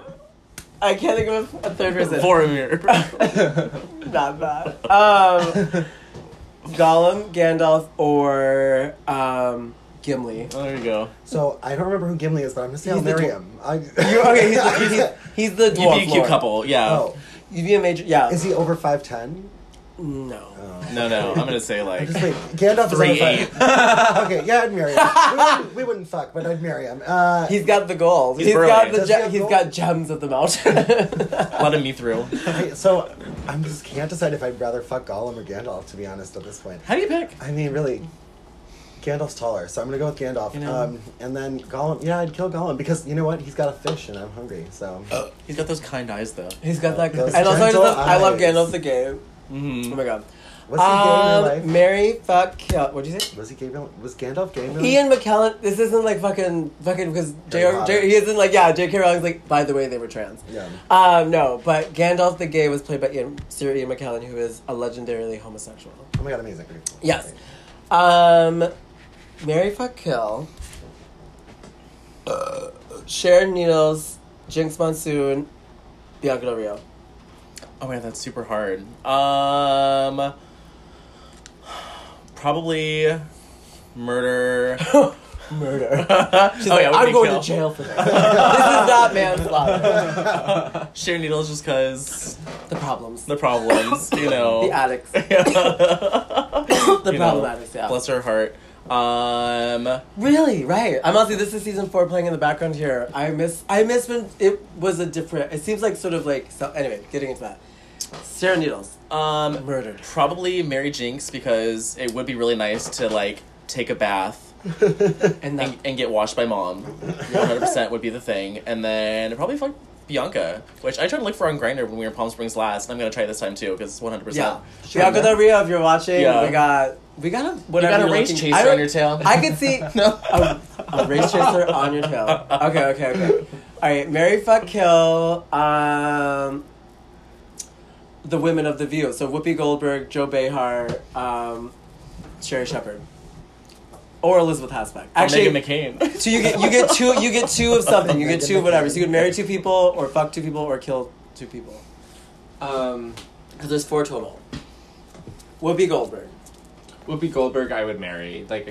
A: I can't think of a third person.
B: Boromir.
A: Not bad. Um, Gollum, Gandalf, or um, Gimli.
B: Oh, there you go.
D: So I don't remember who Gimli is, but I'm gonna say
A: He's
D: I'll
A: the
D: marry
A: dwar-
D: him. I,
A: You, okay, he's the, he's, he's the
B: You
A: dwarf
B: be a cute
A: lord.
B: couple. Yeah.
D: oh,
A: You'd be a major. Yeah.
D: is he over five ten?
A: no.
B: No, no. I'm gonna say like.
D: I'm just like Gandalf is
B: Three
D: over
B: eight.
D: five. okay, yeah, I'd marry him. We wouldn't, we wouldn't fuck, but I'd marry him. Uh,
A: He's got the gold.
B: He's
A: he's got
B: brilliant.
A: the
D: Does he
A: ge-
D: have
A: he's
D: gold?
A: got gems of the mountain.
B: Letting me through.
D: okay, so I just can't decide if I'd rather fuck Gollum or Gandalf. To be honest, at this point,
B: How do you pick?
D: I mean, really, Gandalf's taller, so I'm gonna go with Gandalf.
B: You know.
D: um, and then Gollum, yeah, I'd kill Gollum because you know what? He's got a fish, and I'm hungry. So
A: Oh.
B: He's got those kind eyes though.
A: he's got that.
D: Those
A: Gold. And also, I, just
D: gentle
A: love, I love
D: eyes.
A: Gandalf the Game. Oh
B: Mm-hmm.
A: my god.
D: was he gay in real life?
A: um, Mary fuck kill. What'd you say?
D: was he gay? real- Was Gandalf gay? in real
A: Ian McKellen, this isn't like fucking fucking because J.
D: Harry Potter.
A: J. He isn't like yeah. J.K. Rowling's like by the way they were trans.
D: life? Yeah.
A: Um, no, but Gandalf the Gay was played by Ian, Sir Ian McKellen, who is a legendarily homosexual.
D: Oh my god, amazing.
A: Yes. Um, Mary fuck kill. Uh, Sharon Needles, Jinx Monsoon, Bianca Del Rio.
B: Oh man, that's super hard. Um, probably murder.
A: Murder. She's
B: Oh,
A: like,
B: yeah, would
A: I'm
B: be
A: going
B: kill.
A: to jail for this. this is not manslaughter.
B: Share needles just cause
A: The problems.
B: the problems, you know.
A: The addicts. The
B: the
A: problematics, yeah.
B: Bless her heart. Um,
A: Really, right? I'm honestly. This is season four playing in the background here. I miss. I miss when it was a different. It seems like sort of like. So anyway, getting into that. Sarah Needles
B: um,
A: murdered.
B: probably Mary Jinx because it would be really nice to like take a bath
A: And that
B: and, and get washed by mom. 100% would be the thing. And then probably fuck Bianca, which I tried to look for on Grinder when we were in Palm Springs last, and I'm gonna try this time too because it's 100%.
A: yeah,
B: Sure.
A: Bianca Del Rio. If you're watching,
B: Yeah.
A: we got we got a
B: You
A: whatever
B: got a
A: you're
B: race
A: looking-
B: chaser
A: I
B: on
A: don't-
B: your tail.
A: I could see
B: no.
A: a, a race chaser on your tail. Okay, okay, okay. All right, Mary fuck kill. Um, the women of the View. So Whoopi Goldberg, Joe Behar, um, Sherry Shepard, or Elizabeth Hasback.
B: Actually,
A: Actually,
B: Megan McCain.
A: so you get you get two you get two of something. You get two of whatever. So you could marry two people, or fuck two people, or kill two people.
C: Um,
A: Because there's four total. Whoopi Goldberg.
C: Whoopi Goldberg, I would marry. Like,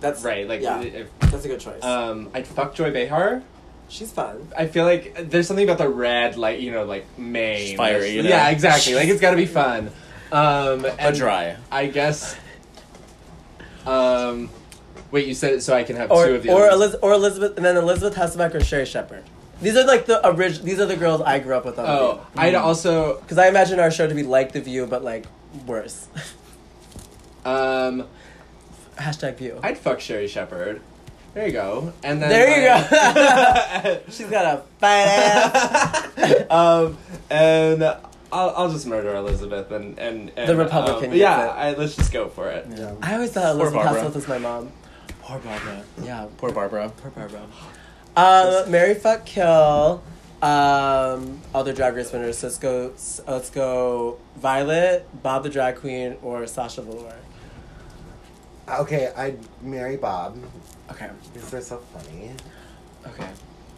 A: That's-
C: right. Like,
A: yeah.
C: if,
A: That's a good choice.
C: um, I'd fuck Joy Behar.
A: She's fun.
C: I feel like there's something about the red, like you know, like Maine.
B: It's fiery, you know?
C: Yeah, exactly. Like it's got to be fun. Um,
B: A
C: and
B: dry.
C: I guess. Um, wait, you said it so I can have
A: Or
C: two of the
A: or,
C: others.
A: Eliz- or Elizabeth, and then Elizabeth Hasselbeck or Sherry Shepard. These are like the original. These are the girls I grew up with on The
C: Oh,
A: View.
C: I'd also
A: Because I imagine our show to be like The View, but like worse.
C: um,
A: Hashtag View.
C: I'd fuck Sherry Shepard. There you go. And then
A: there you
C: like-
A: go. She's got a fat ass.
C: um, and I'll, I'll just murder Elizabeth and and, and
A: The Republican
C: um, yeah,
A: gets it.
C: I, let's just go for it.
D: Yeah.
A: I always thought Elizabeth
B: Barbara.
A: Hasselbeck was my mom.
B: Poor Barbara.
A: Yeah,
B: Poor Barbara.
A: poor Barbara. Um, Mary fuck kill. Um, other Drag Race winners. So let's go. s- Let's go. Violet, Bob the drag queen, or Sasha Velour.
D: Okay, I'd marry Bob
A: Okay.
D: because they're so funny
A: Okay.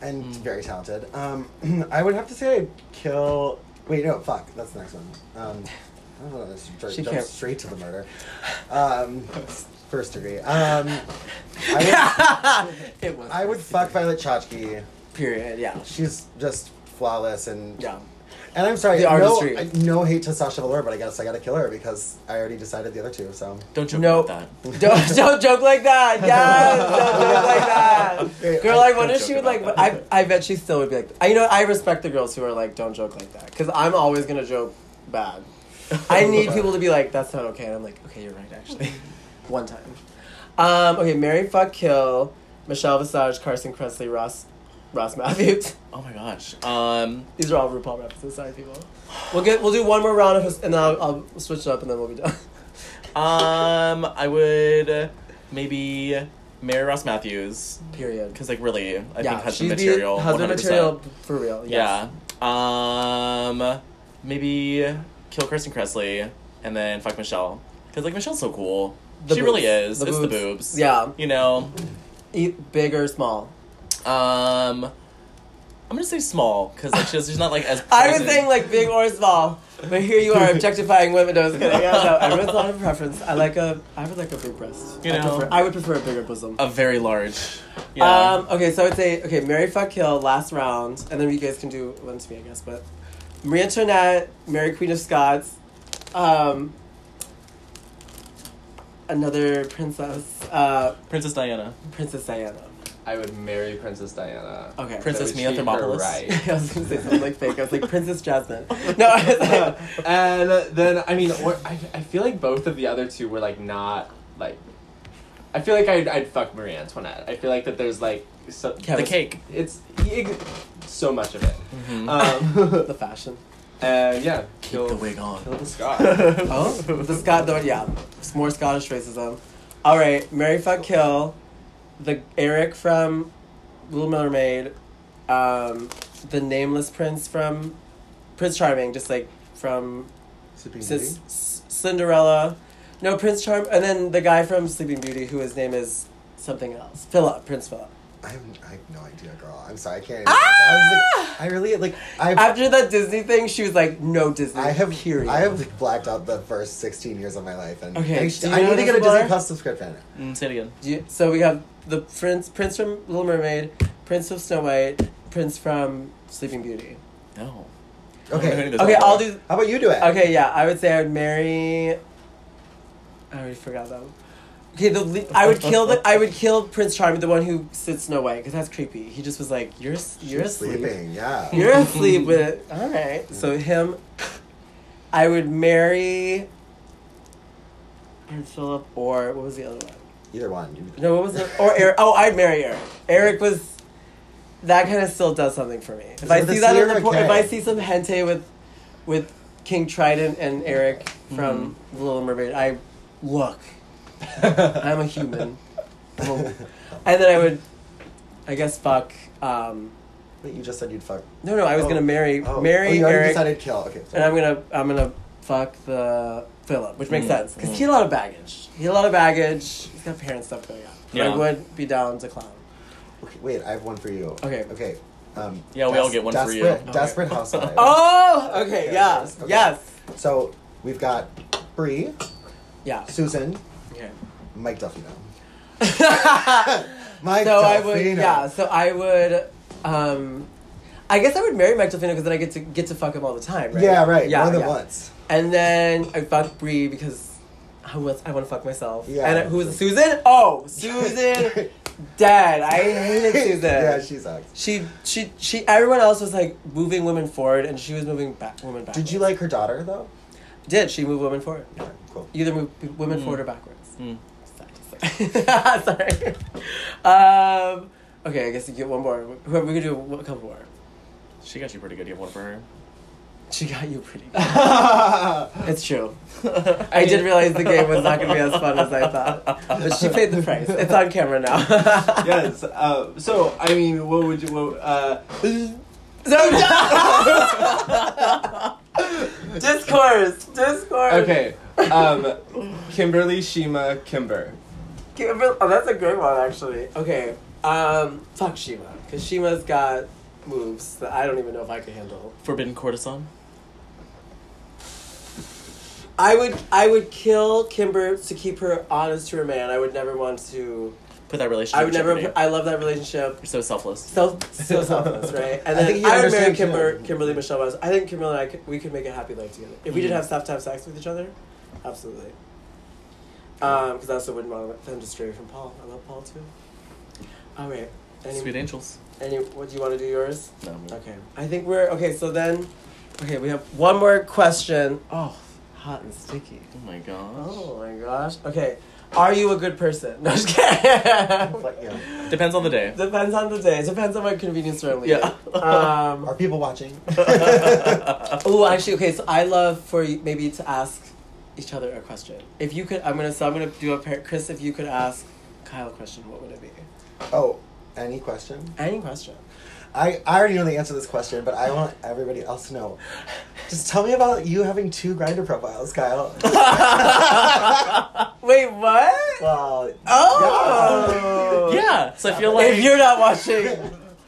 D: and
A: Hmm.
D: very talented. Um, I would have to say I'd kill. Wait, no, fuck. That's the next one. Um, I don't know. Let's ju-
A: She
D: jump
A: can't-
D: straight to the murder. Um, first degree. Um, I
A: it was.
D: would, I would fuck Violet Chachki.
A: Period. Yeah.
D: She's just flawless and
A: Yeah.
D: And I'm sorry,
A: The
D: no,
A: artistry.
D: I- no hate to Sasha Velour, but I guess I gotta kill her because I already decided the other two. So
B: Don't joke
A: No.
B: about that.
A: don't don't joke like that. Yes, don't joke like that.
D: Okay,
A: Girl,
D: I-
A: I wonder
B: don't
A: if she would
B: joke
A: like.
B: about
A: I I bet she still would be like. I you know I respect the girls who are like, don't joke like that, because I'm always gonna joke bad. I need people to be like, that's not okay, and I'm like, okay, you're right, actually. One time. Um. Okay. Mary fuck kill. Michelle Visage, Carson Kressley, Ross, Ross Matthews.
B: Oh my gosh. Um,
A: These are all RuPaul references. Sorry, people. We'll get. We'll do one more round of, his- and then I'll, I'll switch it up, and then we'll be done.
B: um, I would maybe marry Ross Matthews
A: Period.
B: because, like, really, I think husband
A: she'd be
B: material.
A: Husband
B: 100%.
A: material for real. Yes.
B: Yeah. Um, maybe kill Kristen Cressley and then fuck Michelle because like Michelle's so cool.
A: The
B: she
A: boobs.
B: really is.
A: The
B: it's the
A: boobs.
B: boobs.
A: Yeah.
B: You know.
A: Eat big or small.
B: Um, I'm gonna say small because like she's, she's not like as.
A: I was
B: present.
A: saying like big or small, but here you are objectifying women. No, I was kidding. I don't know. Everyone's not a preference. I like a. I would like a big breast.
B: You
A: I,
B: know.
A: prefer, I would prefer a bigger bosom.
B: a very large. Yeah.
A: Um, okay, so I would say okay, Mary fuck kill last round, and then you guys can do one to me, I guess. But Marie Antoinette, Mary Queen of Scots, um, another princess, uh,
B: Princess Diana.
A: Princess Diana.
C: I would marry Princess Diana.
A: Okay.
C: I
B: Princess
C: would
B: Mia
C: treat her
B: Thermopolis.
C: Right.
A: I was gonna say something like fake. I was like Princess Jasmine. No, I was like,
C: and then I mean, or, I, I feel like both of the other two were like not like. I feel like I'd, I'd fuck Marie Antoinette. I feel like that there's like so,
A: Kevin.
B: The cake.
C: It's ex- so much of it.
B: Mhm.
C: Um,
A: Mm-hmm. the fashion.
C: and yeah,
B: Keep the
C: kill,
B: wig on.
C: kill the scar.
A: Oh, the Scott, the, yeah, it's more Scottish racism. All right, Mary fuck kill, the Eric from Little Mermaid, um, the nameless prince from Prince Charming, just like from
D: Sleeping
A: Cin- S- Cinderella, no Prince Charm, and then the guy from Sleeping Beauty, who his name is something else, Philip, Prince Philip.
D: I have, I have no idea, girl. I'm sorry, I can't. Even I
A: Ah!
D: was like, I really like. I've,
A: After that Disney thing, she was like, no Disney.
D: I have
A: period.
D: I have like, blacked out the first 16 years of my life, and
A: Okay,
D: I,
A: do you
D: I
A: know
D: need to
A: this
D: get a
A: bar?
D: Disney Plus subscription.
B: Mm, say it again.
A: Do you- so we have the prince, prince from Little Mermaid, prince of Snow White, prince from Sleeping Beauty.
B: No.
D: Okay,
B: There's
A: Okay,
B: a lot.
A: I'll do.
D: how about you do it?
A: Okay, yeah, I would say I would marry. I already forgot that. One. Okay, the le- I would kill the I would kill Prince Charming, the one who said Snow White, because that's creepy. He just was like, "You're s- you're
D: She's
A: asleep,
D: sleeping. Yeah.
A: you're asleep with it." All right, so him. I would marry. Prince Philip, or what was the other one?
D: Either one. You-
A: No, what was it? Or Eric. Oh, I'd marry Eric. Eric was. That kind of still does something for me. If I
D: it the
A: see that, in
D: Sierra
A: the por- if
D: Kay?
A: I see some hente with, with King Trident and Eric from
D: Mm-hmm.
A: The Little Mermaid, I look. I'm a human. I'm a- and then I would, I guess, fuck. Um,
D: Wait, you just said you'd fuck.
A: no, no, I was
D: Oh.
A: gonna marry,
D: Oh.
A: marry
D: oh, you already
A: Eric, Uh,
D: decided kill. Okay.
A: and I'm gonna, I'm gonna fuck the Philip, which makes
B: Mm.
D: Mm-hmm.
A: sense because he had a lot of baggage. He had a lot of baggage. He's got parent stuff going on. But
B: Yeah.
A: I would be down to clown.
D: Okay, wait, I have one for you.
A: Okay.
D: Okay. Um,
B: Yeah, we all get one for you.
D: desperate- Desperate housewives.
A: Oh, okay, yes,
D: Okay.
A: yes,
D: So we've got Bree,
A: yeah.
D: Susan,
A: Okay.
D: Mike Duffino. Mike
A: so
D: Duffino.
A: I would, yeah. So I would, um, I guess I would marry Mike Delfino because then I get to get to fuck him all the time, right?
D: Yeah, right.
A: Yeah,
D: More than
A: yeah.
D: once.
A: And then I fuck Bree because I was I want to fuck myself.
D: Yeah.
A: And who was Susan? Oh, Susan, dead. I hated Susan.
D: yeah, she sucks.
A: she she she. Everyone else was like moving women forward, and she was moving back women back.
D: Did you like her daughter though?
A: Did she move women forward?
D: Yeah, cool.
A: You either move women forward or backwards.
B: Mm.
A: Sorry. um, okay, I guess you get one more. Whoever we could do a couple more.
B: She got you pretty good. You have one for her.
A: She got you pretty.
D: I
A: it's true. I did realize the game was not going to be as fun as I thought, but she paid the price. It's on camera now.
C: yes. Uh, so I mean, what would you? What, uh,
A: So discourse, discourse.
C: okay. Um, Kimberly Shima Kimber.
A: Kimber- oh, that's a good one actually. Okay. Um, fuck Shima, because Shima's got moves that I don't even know if I could handle.
B: Forbidden courtesan.
A: I would I would kill Kimber to keep her honest to her man. I would never want to.
B: Put that relationship.
A: I would
B: in
A: never.
B: jeopardy.
A: I love that relationship.
B: You're so selfless.
A: So so selfless, right? And
D: I
A: then I,
D: think you
A: would marry
D: understand, too.
A: Kimber, Kimberly Michelle Miles. I think Kimberly and I could, we could make a happy life together if
D: Mm-hmm.
A: we didn't have stuff to have sex with each other. Absolutely. Um, Because I also wouldn't want them to stray from Paul. I love Paul too. All right. Any,
B: Sweet angels.
A: any, what do you want to do yours?
B: No. I'm-
A: Okay. I think we're okay. So then, okay, we have one more question. Oh, hot and sticky.
B: Oh my gosh.
A: Oh my gosh. Okay. Are you a good person? No, just kidding.
D: But, yeah.
B: Depends on the day.
A: Depends on the day. Depends on what convenience store I'm leaving.
B: Yeah.
D: Are
A: Um,
D: people watching?
A: oh, actually, okay. So I love for you maybe to ask each other a question. If you could, I'm gonna. So I'm gonna do a pair. Chris, if you could ask Kyle a question, what would it be?
D: oh, any question?
A: Any question.
D: I, I already know the answer to this question, but I want everybody else to know. Just tell me about you having two grinder profiles, Kyle.
A: Wait, what?
D: well,
A: Oh.
B: Yeah. So I feel like
A: If you're not watching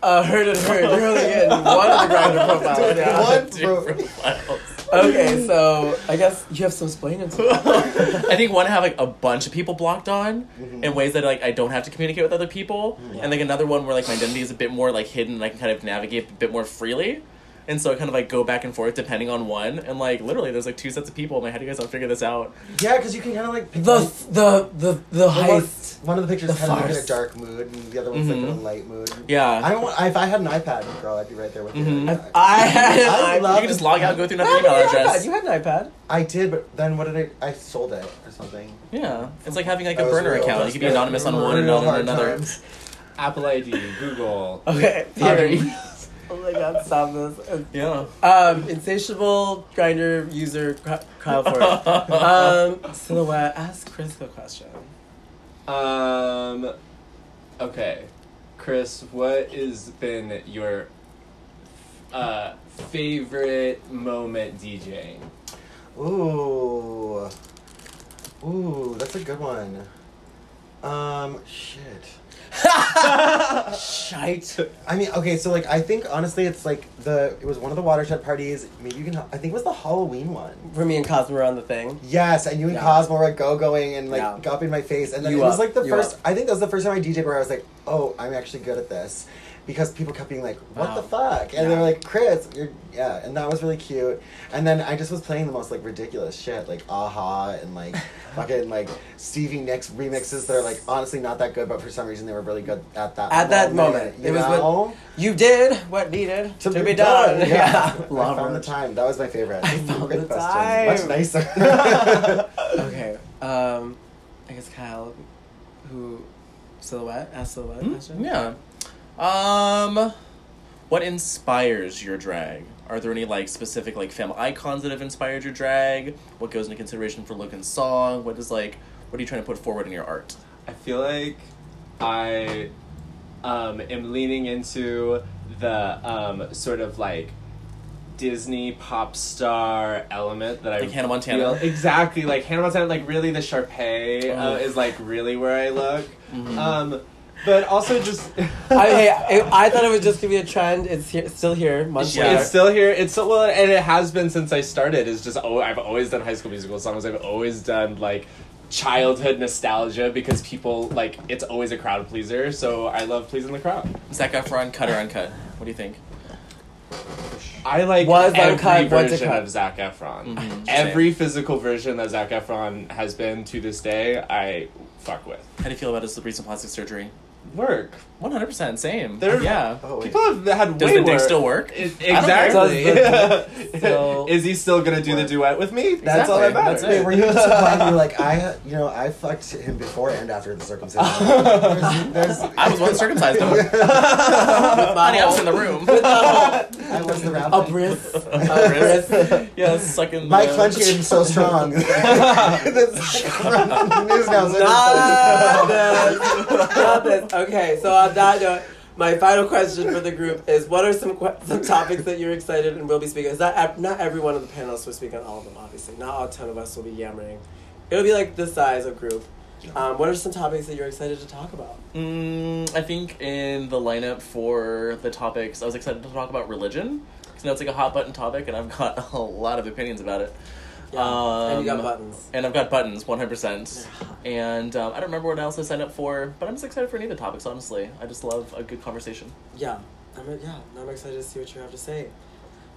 A: Uh, heard and heard. You're only getting one of the grinder profiles. now.
D: One
B: Two
D: pro-
B: profiles.
A: Okay, so I guess you have some explaining to do.
B: I think one have like a bunch of people blocked on
D: Mm-hmm.
B: in ways that like I don't have to communicate with other people, and like another one where like my identity is a bit more like hidden and I can kind of navigate a bit more freely. And so I kind of like go back and forth depending on one, and like literally there's like two sets of people. I'm like, how do you guys all figure this out?
D: yeah, because you can kind of like pick
A: the
D: one-
A: the the the
D: the one-
A: heist.
D: One of the pictures
A: The
D: kind of like in
A: farce.
D: a dark mood, and the other one's like in a light mood.
B: Yeah,
D: I don't. want- If I had an iPad, girl, I'd be right there with you.
B: Mhm.
D: Yeah.
A: I had an
D: I
A: iPad.
D: love-
B: you can just log out, and go through
A: I
B: another
A: had
B: email
A: an
B: address.
A: iPad. You had an iPad.
D: I did, but then what did I? I sold it or something.
B: Yeah, it's like having like
D: That
B: a
D: was
B: burner
D: real.
B: account. You
D: That's
B: can be
D: real-
B: anonymous on one and
D: real
B: on
D: hard
B: another.
D: times.
C: Apple ID, Google.
A: Okay.
B: Other
A: sorry.
B: emails.
A: Oh my god, stop this.
B: Yeah.
A: Um, insatiable grinder user Ky- Kyle Ford. um, silhouette. Ask Chris the question.
C: Um, okay, Chris, what has been your uh, favorite moment DJing?
D: Ooh. Ooh, that's a good one. Um, shit.
A: Shite.
D: I mean, okay, so like I think honestly it's like the it was one of the watershed parties. Maybe you can I think it was the Halloween one.
A: For me and Cosmo were on the thing.
D: Yes, and you and
A: Yeah.
D: Cosmo were go going and like
A: Yeah.
D: up in my face and then
A: You
D: it was
A: up,
D: like the
A: you
D: first
A: up.
D: I think that was the first time I DJed where I was like, "Oh, I'm actually good at this." Because people kept being like, "What
B: Wow.
D: the fuck?" And they
A: Yeah.
D: were like, "Chris, you're yeah." And that was really cute. And then I just was playing the most like ridiculous shit, like Aha and like fucking like Stevie Nicks remixes that are like honestly not that good, but for some reason they were really good at that
A: At that moment,
D: you
A: it was
D: know?
A: what you did. What needed to, be done.
D: Yeah. I
A: Love
D: found the
A: it.
D: time. That was my favorite.
A: I found
D: Good
A: the
D: question. Much
A: time.
D: nicer.
A: Okay. Um, I guess Kyle, who silhouette asked silhouette question.
B: Hmm? Mm, Yeah. Um, what inspires your drag? Are there any like specific like femme icons that have inspired your drag? What goes into consideration for look and song? What is like? What are you trying to put forward in your art?
C: I feel like I um, am leaning into the um, sort of like Disney pop star element that I
B: Like Hannah Montana.
C: feel- exactly like Hannah Montana. Like really, the Sharpay
B: Oh.
C: uh, is like really where I look.
B: Mhm.
C: Um, but also just
A: Mm-hmm. I, hey, I, I thought it was just gonna be a trend. It's here, still here. Months
B: Yeah.
A: later.
C: It's still here. It's still, well, and it has been since I started. It's just oh, I've always done High School Musical songs. I've always done like childhood nostalgia because people like it's always a crowd pleaser. So I love pleasing the crowd.
B: Zac Efron, cut or uncut? What do you think?
C: I like
A: Was
C: every
A: uncut, was
C: version
A: uncut.
C: of Zac Efron.
B: Mhm, same.
C: Every physical version that Zac Efron has been to this day, I fuck with.
B: How do you feel about his recent plastic surgery?
C: Work.
B: One hundred percent same.
C: They're-
B: yeah.
D: oh, wait.
C: People have had
B: Does
C: way
B: the dick
C: worse.
B: still work?
C: It-
B: I don't
C: exactly.
A: care. Does the dick still
C: Is he still gonna do the
D: work?
C: duet with me? That's all that
B: Exactly.
C: matters.
B: That's
D: Wait, were you just implying you were like I, you know, I fucked him before and after the circumcision. There's- there's-
B: I was once circumcised. Don't worry. Honey, I was in the room.
D: I was the rabbi.
A: a bris.
B: A bris. yeah, sucking.
D: My
B: the-
D: clench is so strong. this news now. is
A: Not this. Not this. Okay, so on that note, my final question for the group is: What are some que- some topics that you're excited and will be speaking? Is that ev- not every one of the panelists will speak on all of them? Obviously, not all ten of us will be yammering. It'll be like this size of group. Um, what are some topics that you're excited to talk about?
B: Mm, I think in the lineup for the topics, I was excited to talk about religion because now it's like a hot button topic, and I've got a lot of opinions about it.
A: Yeah. and you got
B: Um,
A: buttons.
B: And I've got buttons, one hundred percent. And um, I don't remember what else I signed up for, but I'm just excited for any of the topics. Honestly, I just love a good conversation.
A: Yeah, I'm, yeah. I'm excited to see what you have to say,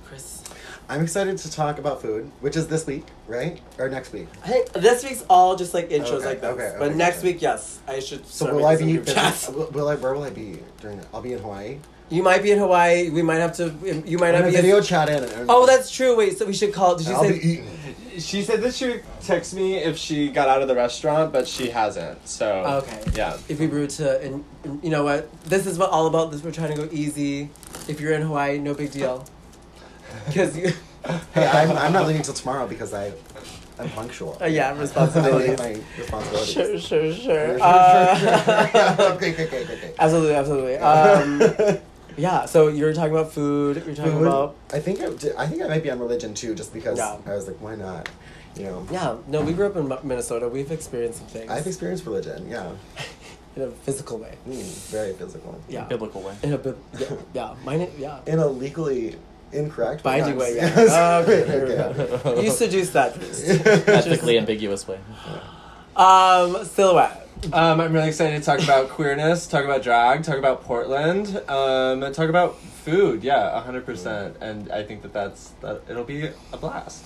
A: Chris.
D: I'm excited to talk about food, which is this week, right? Or next week.
A: I think this week's all just like intros
D: Okay,
A: like this,
D: okay,
A: but
D: okay,
A: next
D: okay.
A: week, yes, I should.
D: So
A: start
D: will I
A: making some
D: be?
A: group chats.
D: Will, will I? Where will I be during? That? I'll be in Hawaii.
A: You might be in Hawaii. We might have to. You might
D: I'm
A: not
D: gonna
A: be.
D: video chat in. and-
A: oh, that's true. Wait, so we should call. Did you
D: and I'll
A: say?
D: be eating.
C: She said that she would text me if she got out of the restaurant, but she hasn't. So
A: Okay.
C: yeah,
A: If we brew to, and and you know what, this is what all about. This we're trying to go easy. If you're in Hawaii, no big deal. Because you,
D: Hey, I'm, I'm not leaving till tomorrow because I, I'm punctual.
A: uh, yeah,
D: I hate
A: responsibility.
D: my responsibilities.
A: sure, sure, sure. Uh,
D: okay, okay, okay, okay.
A: absolutely, absolutely. Um, yeah. So you're talking about food. You're talking
D: Food.
A: about.
D: I think I, did- I think I might be on religion too, just because
A: Yeah.
D: I was like, why not? You know,
A: Yeah. No, we grew up in Minnesota. We've experienced some things.
D: I've experienced religion. Yeah,
A: in a physical way.
D: Mm, very physical.
A: Yeah.
B: biblical way.
A: In a bib- yeah, yeah. My name, yeah.
D: In a legally incorrect
A: Binding way, yeah.
D: Yes.
A: Oh, okay, here we
D: Okay.
A: go. You seduced that beast.
B: Ethically ambiguous way.
A: Um, silhouette.
C: Um, I'm really excited to talk about queerness, talk about drag, talk about Portland, um, and talk about food. Yeah, hundred percent. And I think that that's that. It'll be a blast.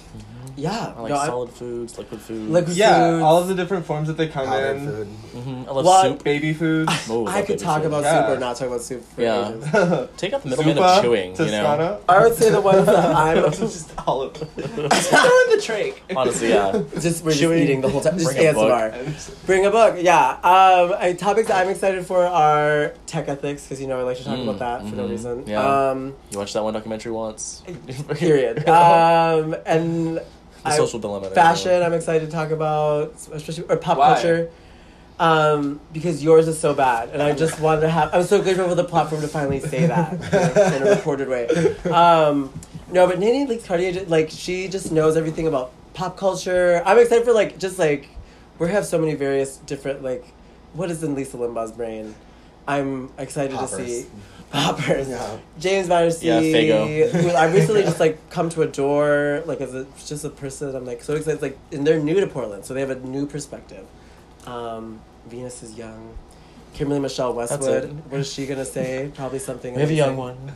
A: Yeah.
B: I like
A: no, I-
B: solid foods, liquid food.
A: Liquid-
C: Yeah,
A: Foods.
C: all of the different forms that they come
D: Powdered
C: in.
D: food.
B: Mhm, I love
A: What?
B: soup.
C: Baby foods.
B: Oh,
A: I
B: love
A: could
B: baby
A: talk
B: food.
A: about
C: Yeah.
A: soup or not talk about soup for
B: Yeah.
A: ages.
B: Take out the middleman
C: Zupa,
B: of chewing, you know.
C: Toscana.
A: I would say the ones that I'm
C: just all of them. Just throw in the trach.
B: Honestly, yeah.
A: just we're just
B: Should we
A: eating the whole time. Just
B: bring a book?
A: ASMR. Bring a book, yeah. Um, I, topics that I'm excited for are tech ethics because you know I like to talk
B: Mm,
A: about that for no
B: mhm,
A: reason.
B: yeah.
A: Um,
B: You watched that one documentary once.
A: period. um, and
B: the
A: I-
B: social dilemma.
A: fashion. I'm excited to talk about, especially or pop
C: Why?
A: culture, um, because yours is so bad, and I just wanted to have. I'm so grateful for the platform to finally say that like, in a recorded way. Um, no, but Nene Leaks Cartier, ju- like she just knows everything about pop culture. I'm excited for like just like we have so many various different like what is in Lisa Limbaugh's brain. I'm excited to
D: Poppers.
A: see poppers.
D: Yeah.
A: James Battersea.
B: Yeah, Faygo.
A: who I recently just like come to adore, like as a, just a person. I'm like so excited. Like, and they're new to Portland, so they have a new perspective. Um, Venus is young. Kimberly Michelle
B: it.
A: Westwood. What is she gonna say? Probably something.
B: Maybe a young
A: amazing.
B: one.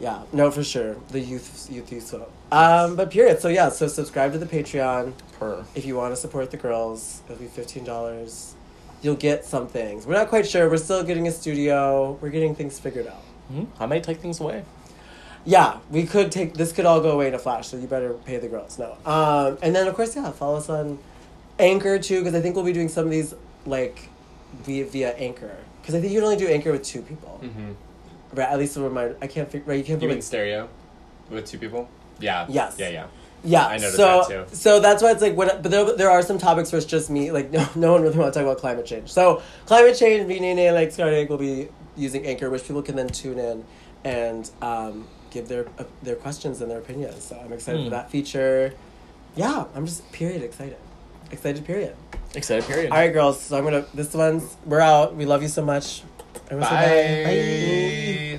A: Yeah, no, for sure. The youth, youth, youth. So, um, but period. So yeah, so subscribe to the Patreon
B: Per.
A: if you want to support the girls. It'll be fifteen dollars. You'll get some things. We're not quite sure. We're still getting a studio. We're getting things figured out.
B: Hmm? I might take things away.
A: Yeah, we could take this could all go away in a flash, so you better pay the girls. No. Um, and then of course, yeah, follow us on Anchor too, because I think we'll be doing some of these like via via Anchor, because I think you can only do Anchor with two people,
C: Mm-hmm.
A: right? At least for my I can't figure right. You can't
C: You
A: put
C: mean
A: like,
C: stereo, with two people? Yeah.
A: Yes.
C: Yeah, yeah.
A: yeah.
C: I noticed
A: so
C: that, too.
A: so that's why it's like what, but there, there are some topics where it's just me. Like no no one really want to talk about climate change. So climate change, me Nene, like Scardic will be using Anchor, which people can then tune in and um, give their uh, their questions and their opinions. So I'm excited for
B: Hmm.
A: that feature. Yeah, I'm just period excited, excited period.
B: Excited period.
A: All right, girls. So I'm gonna. This one's we're out. We love you so much. Everyone say
C: Bye.